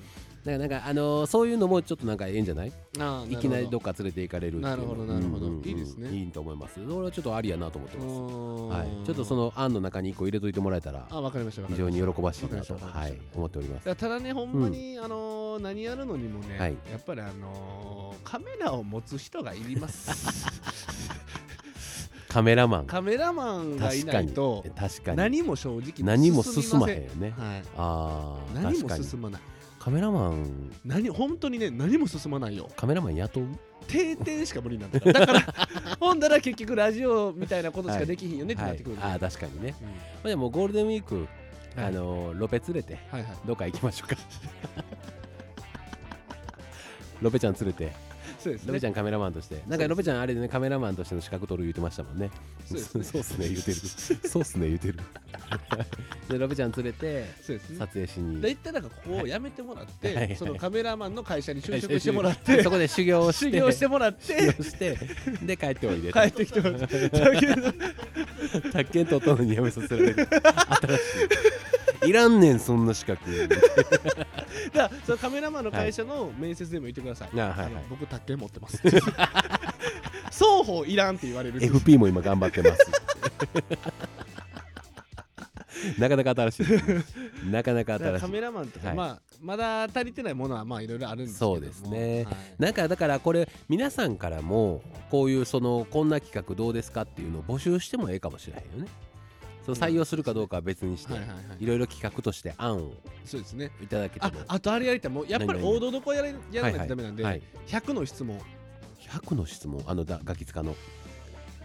Speaker 2: だからなんかあのーそういうのもちょっとなんかええんじゃない？
Speaker 1: うんあー
Speaker 2: いきなりど
Speaker 1: る
Speaker 2: っか連れて行かれるっていうの
Speaker 1: なるほどなるほど
Speaker 2: うんうんうん
Speaker 1: いいですね
Speaker 2: いいと思います。それはちょっとありやなと思って
Speaker 1: ほ
Speaker 2: ます。
Speaker 1: ど
Speaker 2: は
Speaker 1: うーん
Speaker 2: い。ちょっとその案の中に一個入れといてもらえたら
Speaker 1: あわかりましたわか
Speaker 2: 非
Speaker 1: りま
Speaker 2: 常
Speaker 1: した
Speaker 2: に喜ばしいなと
Speaker 1: わかりました
Speaker 2: は
Speaker 1: わかりま
Speaker 2: い
Speaker 1: した
Speaker 2: 思っておりま
Speaker 1: だ
Speaker 2: す。
Speaker 1: からただねほんまに、あのー何やるのにもね、
Speaker 2: はい
Speaker 1: やっぱりあのーカメラを持つ人がいります
Speaker 2: *laughs* カメラマン
Speaker 1: カメラマンがい
Speaker 2: 確
Speaker 1: な
Speaker 2: か
Speaker 1: い
Speaker 2: に
Speaker 1: と
Speaker 2: 確かに。
Speaker 1: 何も正直に
Speaker 2: 何も進まへんよね
Speaker 1: 進み。ませんはい
Speaker 2: ああ、
Speaker 1: 何
Speaker 2: 確
Speaker 1: も
Speaker 2: かに。
Speaker 1: 進まない
Speaker 2: カメラマン、
Speaker 1: 何本当にね何も進まないよ
Speaker 2: カメラマン雇う
Speaker 1: 定点しか無理なんだからだ
Speaker 2: *laughs*
Speaker 1: からほんだら結局ラジオみたいなことしかできひんよねって
Speaker 2: は
Speaker 1: ないってくる、
Speaker 2: ああ、確かにね。まあ、でもゴールデンウィーク、
Speaker 1: はい
Speaker 2: あのーロペ連れて、
Speaker 1: うんはいはい
Speaker 2: どっか行きましょうか。 *laughs* ロペちゃん連れて、
Speaker 1: そうです
Speaker 2: ロペ
Speaker 1: ね
Speaker 2: ちゃんカメラマンとして、
Speaker 1: そ
Speaker 2: な
Speaker 1: うんで
Speaker 2: か
Speaker 1: す
Speaker 2: ロペちゃんあれでね、カメラマンとしての資格取る言ってましたもんね。
Speaker 1: そうです
Speaker 2: そうっすね、言うてる。そうっすね、言うてる。 *laughs* で、ロペちゃん連れて、
Speaker 1: そうですね
Speaker 2: 撮影しに。
Speaker 1: だいたいなんかここをやめてもらって、
Speaker 2: はいはい
Speaker 1: そのカメラマンの会社に就職してもらって、
Speaker 2: *laughs* そこで修行をして、
Speaker 1: 修行してもらっ
Speaker 2: 修
Speaker 1: て
Speaker 2: 行して、で、帰っておいでと。 *laughs*
Speaker 1: 帰ってきてもらってだけど
Speaker 2: 宅建取ったのにやめさせられる新しいいらんねんそんな資格
Speaker 1: だからそのカメラマンの会社の面接でも言ってください、
Speaker 2: あはいはい
Speaker 1: あの僕宅建持ってます *laughs* 双方いらんって言われる
Speaker 2: FP も今頑張ってますなかなか新しいですねなかなか
Speaker 1: だから
Speaker 2: 新し
Speaker 1: カ
Speaker 2: い
Speaker 1: メラマンとか、
Speaker 2: はい
Speaker 1: まあ、まだ足りてないものはまあいろいろあるんですけども
Speaker 2: そうですね
Speaker 1: はい
Speaker 2: なんかだからこれ皆さんからもこういうそのこんな企画どうですかっていうのを募集してもええかもしれへんよねその採用するかどうかは別にして
Speaker 1: はいはいはい
Speaker 2: いろいろ企画として案を
Speaker 1: そうですね
Speaker 2: いただけて
Speaker 1: あ
Speaker 2: も
Speaker 1: あとあれやりたいもうやっぱり
Speaker 2: 何々
Speaker 1: 王道どこやらやらないとダメなんで、
Speaker 2: はいはい
Speaker 1: 100の質問
Speaker 2: 100の質問あのだガキ使の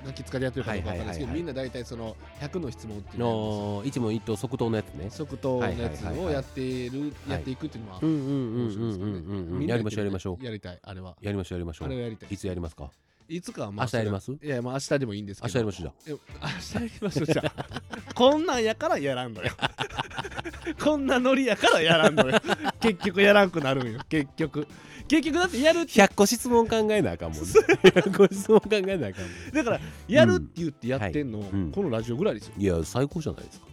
Speaker 1: ガキ使でやってるかどうかわかんないですけど、
Speaker 2: はいはい
Speaker 1: み
Speaker 2: はいはい
Speaker 1: んな大体その100の質問っていうのをやるんで
Speaker 2: の一問一答即答のやつね
Speaker 1: すよ即答のやつ
Speaker 2: はいはいはい
Speaker 1: を
Speaker 2: はい
Speaker 1: やってる
Speaker 2: い
Speaker 1: やっていくっていうのは
Speaker 2: うんうんうん
Speaker 1: 面白い
Speaker 2: うん
Speaker 1: で
Speaker 2: うんうんう
Speaker 1: す
Speaker 2: ん
Speaker 1: よね
Speaker 2: やりましょうやりましょ
Speaker 1: うやりたいあれは
Speaker 2: うやりましょうやりましょ
Speaker 1: あれ
Speaker 2: う
Speaker 1: はやりたい
Speaker 2: いつやりますか
Speaker 1: いつかはまあ
Speaker 2: 明日やります
Speaker 1: いやまあ明日でもいいんですけ
Speaker 2: 明
Speaker 1: ど
Speaker 2: 日やりましょ
Speaker 1: い
Speaker 2: うじゃあ
Speaker 1: や明日やりましょうじゃあ *laughs* こんなんやからやらんのよ *laughs* こんなノリやからやらんのよ結局やらんくなるんよ結局結局だってやるって
Speaker 2: 100個質問考えなあかんも
Speaker 1: *laughs*
Speaker 2: んね100個質問考えなあかんもん
Speaker 1: だからやるって言ってやってんの、
Speaker 2: うん
Speaker 1: このラジオぐらいですよ
Speaker 2: いや最高じゃないですか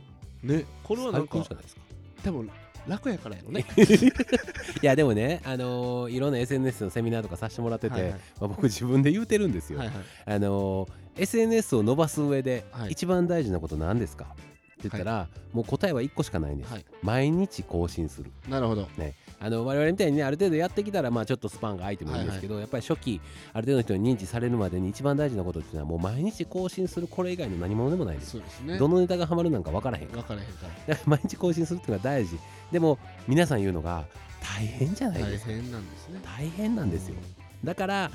Speaker 1: ねこれはなん
Speaker 2: 最
Speaker 1: か
Speaker 2: 高じゃないですか
Speaker 1: 多分楽やからやろね
Speaker 2: いやでもね、あのーいろんな SNS のセミナーとかさせてもらってて、
Speaker 1: はいはい
Speaker 2: まあ、僕自分で言うてるんですよ、
Speaker 1: はいはい
Speaker 2: あのー SNS を伸ばす上で
Speaker 1: はい
Speaker 2: 一番大事なこと何ですかって言ったら、もう答えは1個しかないんです、
Speaker 1: はい
Speaker 2: 毎日更新する
Speaker 1: なるほど
Speaker 2: あの我々みたいにねある程度やってきたらまあちょっとスパンが空いてもいいんですけど、やっぱり初期ある程度の人に認知されるまでに一番大事なことっていうのはもう毎日更新するこれ以外の何物でもないんです、
Speaker 1: そうですね
Speaker 2: どのネタがハマるなんか分からへん
Speaker 1: 分からへんか
Speaker 2: だから *laughs* 毎日更新するっていうのが大事でも皆さん言うのが大変じゃない
Speaker 1: ら
Speaker 2: で
Speaker 1: 大
Speaker 2: すか
Speaker 1: 変なんですね
Speaker 2: 大変なんですよだから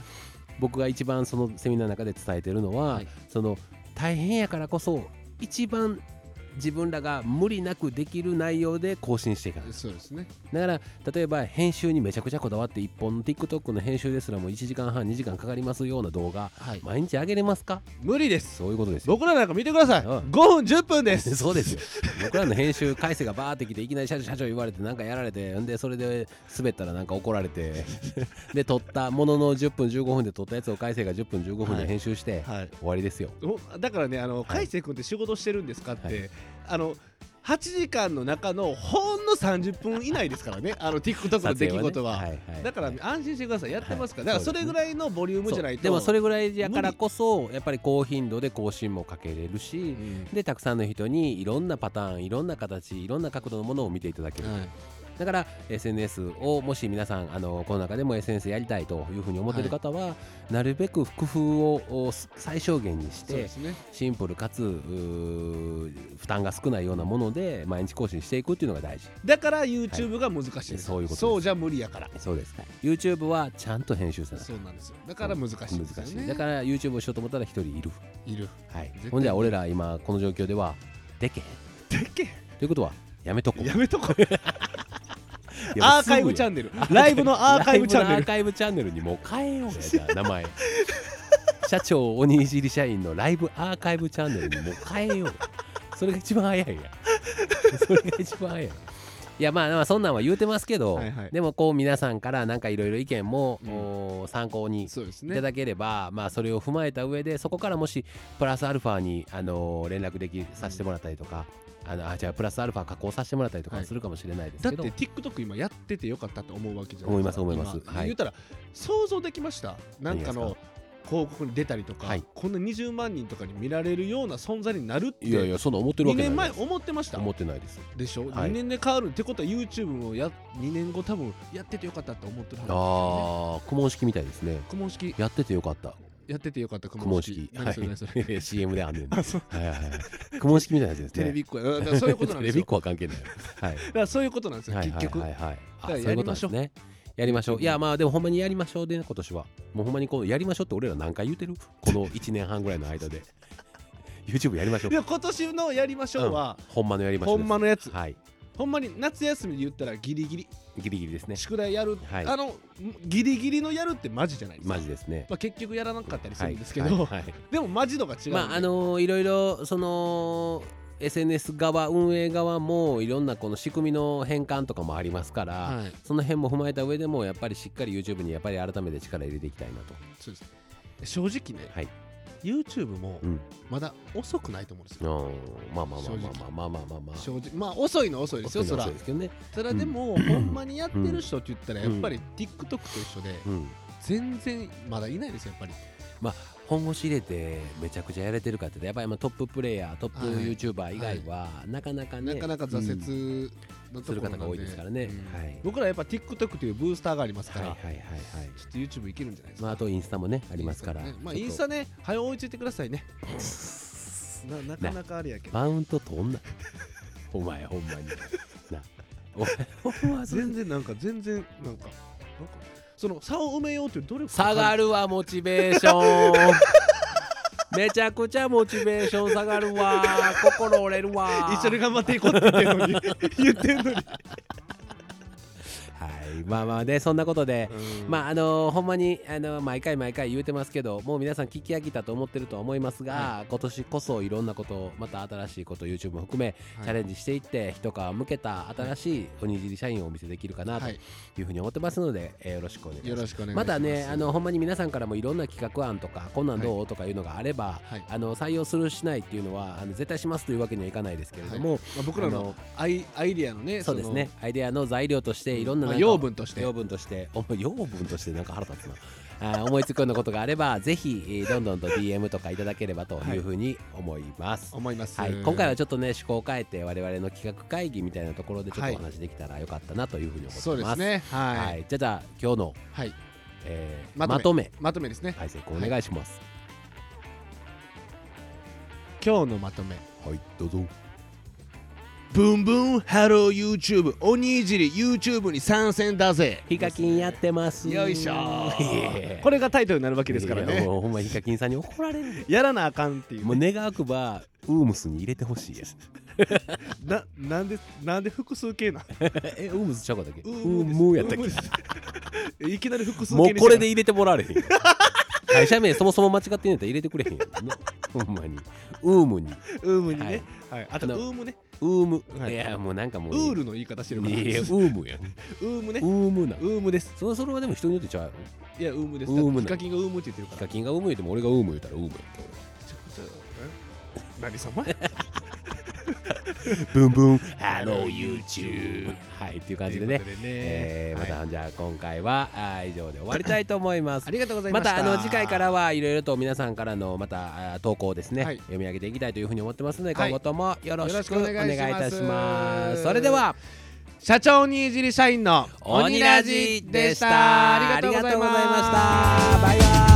Speaker 2: 僕が一番そのセミナーの中で伝えてるのは、
Speaker 1: はい
Speaker 2: その大変やからこそ一番自分らが無理なくできる内容で更新していかない
Speaker 1: そうですね
Speaker 2: だから例えば編集にめちゃくちゃこだわって1本の TikTok の編集ですらもう1時間半2時間かかりますような動画
Speaker 1: はい
Speaker 2: 毎日上げれますか
Speaker 1: 無理です
Speaker 2: そういうことですよ
Speaker 1: 僕らなんか見てください
Speaker 2: うん
Speaker 1: 5分10分です
Speaker 2: そうですよ *laughs* 僕らの編集改正がバーってきていきなり社長社長言われてなんかやられてんでそれで滑ったらなんか怒られて *laughs* で撮ったものの10分15分で撮ったやつを改正が10分15分で編集して、
Speaker 1: はい
Speaker 2: 終わりですよ
Speaker 1: おだからねあの、海星君って仕事してるんですかって、
Speaker 2: はい
Speaker 1: あの8時間の中のほんの30分以内ですからねあの TikTok の出来事は、
Speaker 2: 撮影ねはいはい
Speaker 1: だから安心してくださいやってますから、
Speaker 2: はい
Speaker 1: だからそれぐらいのボリュームじゃない
Speaker 2: そう
Speaker 1: と
Speaker 2: でもそれぐらいやからこそやっぱり高頻度で更新もかけれるし、
Speaker 1: うん
Speaker 2: でたくさんの人にいろんなパターンいろんな形いろんな角度のものを見ていただける、
Speaker 1: はい
Speaker 2: だから SNS をもし皆さんあのこの中でも SNS やりたいというふうに思っている方は、なるべく工夫をお最小限にし
Speaker 1: そうで
Speaker 2: て
Speaker 1: すね
Speaker 2: シンプルかつうー負担が少ないようなもので毎日更新していくっていうのが大事
Speaker 1: だから YouTube が難しいんです、
Speaker 2: はいそういうことです
Speaker 1: そうじゃ無理やから
Speaker 2: そうです YouTube はちゃんと編集せな
Speaker 1: *laughs*
Speaker 2: い
Speaker 1: そうなんですよだから難しいんですよ
Speaker 2: 難し
Speaker 1: ね
Speaker 2: いだから YouTube をしようと思ったら一人いる、
Speaker 1: いる
Speaker 2: はい
Speaker 1: 絶対、
Speaker 2: ほんじゃ俺ら今この状況ではでけへん
Speaker 1: でっけ
Speaker 2: ということはやめとこう
Speaker 1: やめとこう
Speaker 2: いや
Speaker 1: アーカイブチャ
Speaker 2: もう
Speaker 1: ンネルライブのアーカイブチャン
Speaker 2: ライブの
Speaker 1: ネ
Speaker 2: アー
Speaker 1: ル
Speaker 2: カイブチャンネルにもう変えようやじゃあ
Speaker 1: *laughs*
Speaker 2: 名前社長おにいじり社員のライブアーカイブチャンネルにもう変えようやそれが一番早いやんそれが一番早いやんいやまあまあそんなんは言うてますけど、
Speaker 1: はいはい
Speaker 2: でもこう皆さんからなんかいろいろ意見も、
Speaker 1: うん
Speaker 2: お参考に
Speaker 1: そうです
Speaker 2: いた
Speaker 1: ね
Speaker 2: だければ、まあそれを踏まえた上でそこからもしプラスアルファに、あのー連絡できさせてもらったりとか、あのあじゃあプラスアルファ加工させてもらったりとか
Speaker 1: はい
Speaker 2: するかもしれないです
Speaker 1: だっ
Speaker 2: け
Speaker 1: て
Speaker 2: ど、
Speaker 1: TikTok 今やっててよかったと思うわけじゃない
Speaker 2: 思います思います
Speaker 1: 今
Speaker 2: はい
Speaker 1: 言ったら想像できましたなんか
Speaker 2: 何
Speaker 1: の広告に出たりとか、
Speaker 2: はい
Speaker 1: こんな20万人とかに見られるような存在になるって
Speaker 2: いやいやそんな思ってる
Speaker 1: 2
Speaker 2: わけない
Speaker 1: 年前思ってました
Speaker 2: 思ってないです
Speaker 1: でしょ、
Speaker 2: はい
Speaker 1: 2年で変わるってことは YouTube もや2年後多分やっててよかったと思ってるはずですよね
Speaker 2: ああー、苦問式みたいですね。
Speaker 1: 公文式
Speaker 2: やっててよかった。
Speaker 1: やっててよかった公
Speaker 2: 苦
Speaker 1: 文
Speaker 2: 問
Speaker 1: 式
Speaker 2: 式。
Speaker 1: 何それ何それ、
Speaker 2: い。CM *laughs* であんね
Speaker 1: *laughs*
Speaker 2: ん。は
Speaker 1: あそう
Speaker 2: いはいはい。苦問式みたいなやつですね。
Speaker 1: テレビっ子やだからそういうことなんで
Speaker 2: *laughs* テレ
Speaker 1: す
Speaker 2: ビっ
Speaker 1: よ
Speaker 2: 子は関係ない。はい。
Speaker 1: だ *laughs* からそういうことなんですよ、
Speaker 2: はいはい
Speaker 1: 結局、
Speaker 2: はいはい。
Speaker 1: だ
Speaker 2: あ
Speaker 1: から
Speaker 2: そういうことなんですね。やりましょう。いやまあでもほんまにやりましょうでね今年は。もうほんまにこうやりましょうって俺ら何回言うてる？こ
Speaker 1: *laughs*
Speaker 2: の1年半ぐらいの間で。YouTube やりましょう
Speaker 1: い。や今年のやりましょうは、
Speaker 2: ほんまのやりましょ
Speaker 1: ほ
Speaker 2: うで
Speaker 1: ん
Speaker 2: す。
Speaker 1: まのやつ
Speaker 2: はい。
Speaker 1: ほんまに夏休みで言ったらギリギリ
Speaker 2: ギリギリです
Speaker 1: *laughs*
Speaker 2: ね。
Speaker 1: 宿題やる、
Speaker 2: はい
Speaker 1: あのギリギリのやるってマジじゃないですか、
Speaker 2: マジですね。
Speaker 1: まあ、結局やらなかったりするんですけ
Speaker 2: はいは
Speaker 1: ど
Speaker 2: いはい
Speaker 1: *laughs* でもマジ度が違う
Speaker 2: まああのーいろいろその SNS 側運営側もいろんなこの仕組みの変換とかもありますから、
Speaker 1: はい
Speaker 2: その辺も踏まえた上でもやっぱりしっかり YouTube にやっぱり改めて力入れていきたいなと
Speaker 1: そうです正直ね
Speaker 2: はい
Speaker 3: YouTube も
Speaker 2: うん
Speaker 3: まだ遅くないと思うんですよ、
Speaker 2: うんまあまあまあまあまあまあまあまあまあ
Speaker 3: 正直まあ遅いのは遅いですよそら
Speaker 2: そうですけどね
Speaker 3: そらでも、ほんまにやってる人って言ったらやっぱり TikTok と一緒で
Speaker 2: うん
Speaker 3: 全然まだいないですよやっぱり
Speaker 2: 本腰入れてめちゃくちゃやれてるかって言ったらやっぱり今トッププレイヤートップ
Speaker 3: はい
Speaker 2: YouTuber 以外はなかなかね
Speaker 3: なかなか挫
Speaker 2: うん
Speaker 3: 折の
Speaker 2: す
Speaker 3: とこ
Speaker 2: る
Speaker 3: ろなん
Speaker 2: 方が多いですからね
Speaker 3: うん
Speaker 2: はい
Speaker 1: 僕らやっぱ TikTok というブースターがあります
Speaker 2: は
Speaker 1: か
Speaker 2: い
Speaker 1: ら、
Speaker 2: はいはいはい
Speaker 1: ちょっと YouTube いけるんじゃないですか、
Speaker 2: まああとインスタもねあ
Speaker 3: あ
Speaker 2: りますから
Speaker 3: まあ
Speaker 2: ちょっと
Speaker 3: インスタね
Speaker 1: 早追いついてくださいねななかなかあれやけど
Speaker 2: マウント取んなお前ほんまになお前ほんまそれ
Speaker 1: 全然なんか全然なんかなんかその差を埋めようという努力
Speaker 2: 下が
Speaker 1: る
Speaker 2: るわモチベーションめちゃくちゃモチベーション下がるわ心折れるわ
Speaker 1: 一緒に頑張っていこうって言ってるのに *laughs* 言ってるのに
Speaker 2: はいまあまあねそんなことでまああのほんまに、あの毎回毎回言うてますけどもう皆さん聞き飽きたと思ってるとは思いますが、今年こそいろんなことまた新しいこと YouTube も含め、チャレンジしていって一皮向けた新しいおにじり社員をお見せできるかなと
Speaker 3: はい
Speaker 2: いうふうに思ってますので、えーよろしくお願いし
Speaker 3: よ
Speaker 2: ます
Speaker 3: ろ。しくお願いしま
Speaker 2: ますたねあのほんまに皆さんからもいろんな企画案とかこんなんどう、とかいうのがあれば、
Speaker 3: はい
Speaker 2: あの採用するしないっていうのはあの絶対しますというわけにはいかないですけれども、
Speaker 3: まあ僕ら
Speaker 2: あ
Speaker 3: の
Speaker 2: の
Speaker 3: アイアイディアのね
Speaker 2: そうですねアイデアの材料としていろん
Speaker 3: その
Speaker 2: なな
Speaker 3: まあ
Speaker 2: んか
Speaker 3: 養分として
Speaker 2: 養分としてお養分としてなんか腹立つなあー思いつくようなことがあれ
Speaker 3: *laughs*
Speaker 2: ばぜひえーどんどんと DM とかいただければというふうに思います。はい
Speaker 3: 思います
Speaker 2: 今回は
Speaker 3: ち
Speaker 2: ちょっとね趣向を変えて我々の企画会議みたいなところでちょっ
Speaker 3: は
Speaker 2: と
Speaker 3: い
Speaker 2: お話できたらよかったなというふうに思ってます。
Speaker 3: そうですね
Speaker 2: はい、
Speaker 3: はい
Speaker 2: じゃあじゃあ今日の、
Speaker 3: はい
Speaker 2: え
Speaker 3: ま
Speaker 2: ー
Speaker 3: とめ
Speaker 2: まとめ
Speaker 3: まとめですね
Speaker 2: はい成功お願いします。
Speaker 3: 今日のまとめ
Speaker 2: はい、どうぞ。
Speaker 3: ブンブンハロー YouTube おにじり YouTube に参戦だぜ
Speaker 2: ヒカキンやってます。
Speaker 3: よいしょー
Speaker 2: いや
Speaker 1: これがタイトルになるわけですから
Speaker 2: いや
Speaker 1: ね
Speaker 2: もうほんまヒカキンさんに怒られる。
Speaker 1: やらなあかんっていう
Speaker 2: もう願わくばウームスに入れてほしいやん。
Speaker 1: ななんでなんで複数形なん
Speaker 2: え、ウームズちゃうかったっけ
Speaker 1: う
Speaker 2: ウ
Speaker 1: ん
Speaker 2: ームやったっ
Speaker 1: うんうんいきなり複数
Speaker 2: け
Speaker 1: 形
Speaker 2: もう
Speaker 1: に
Speaker 2: これで入れてもらわれへんよ。 *laughs* 会社名そもそも間違ってんやったら入れてくれへんよ。なほんまに。ウームに。
Speaker 1: ウームにね、はいあとウ
Speaker 2: あの
Speaker 1: ームね
Speaker 2: ウーム。
Speaker 1: はい
Speaker 2: いや、もうなんかもう。
Speaker 1: ウールの言い方してるから
Speaker 2: いや、ウ
Speaker 1: ウ
Speaker 2: ームやん。
Speaker 1: ームね
Speaker 2: ウームな。
Speaker 1: ウームです
Speaker 2: そそれはでも人によってちゃう。
Speaker 1: いやウームです
Speaker 2: ウームな
Speaker 1: ヒカキンがウームって言ってる
Speaker 2: ヒ
Speaker 1: か
Speaker 2: カ
Speaker 1: ら
Speaker 2: キンがウーム言うても俺がウーム言うたらウームやんけ
Speaker 1: え何様
Speaker 2: 俺。ブンブン。ハロー YouTube。はい、っていう感じでね
Speaker 1: と。いうことでね
Speaker 2: えーま
Speaker 1: はい
Speaker 2: たじゃあ今回はあー以上で終わりたいと思います
Speaker 3: あ。りがとうございま
Speaker 2: ま
Speaker 3: した
Speaker 2: たあの次回からはいろいろと皆さんからのまたあー投稿をですね、
Speaker 3: はい
Speaker 2: 読み上げていきたいというふうに思ってますので
Speaker 3: はい
Speaker 2: 今後ともよろ
Speaker 3: よろ
Speaker 2: し
Speaker 3: し
Speaker 2: く
Speaker 3: くお願い
Speaker 2: お
Speaker 3: します
Speaker 2: 願いいたします。それでは
Speaker 3: 社長にいじり社員の
Speaker 2: 鬼ラジでした。
Speaker 3: ありがとうございました
Speaker 2: ありがとうございましたバイバイ。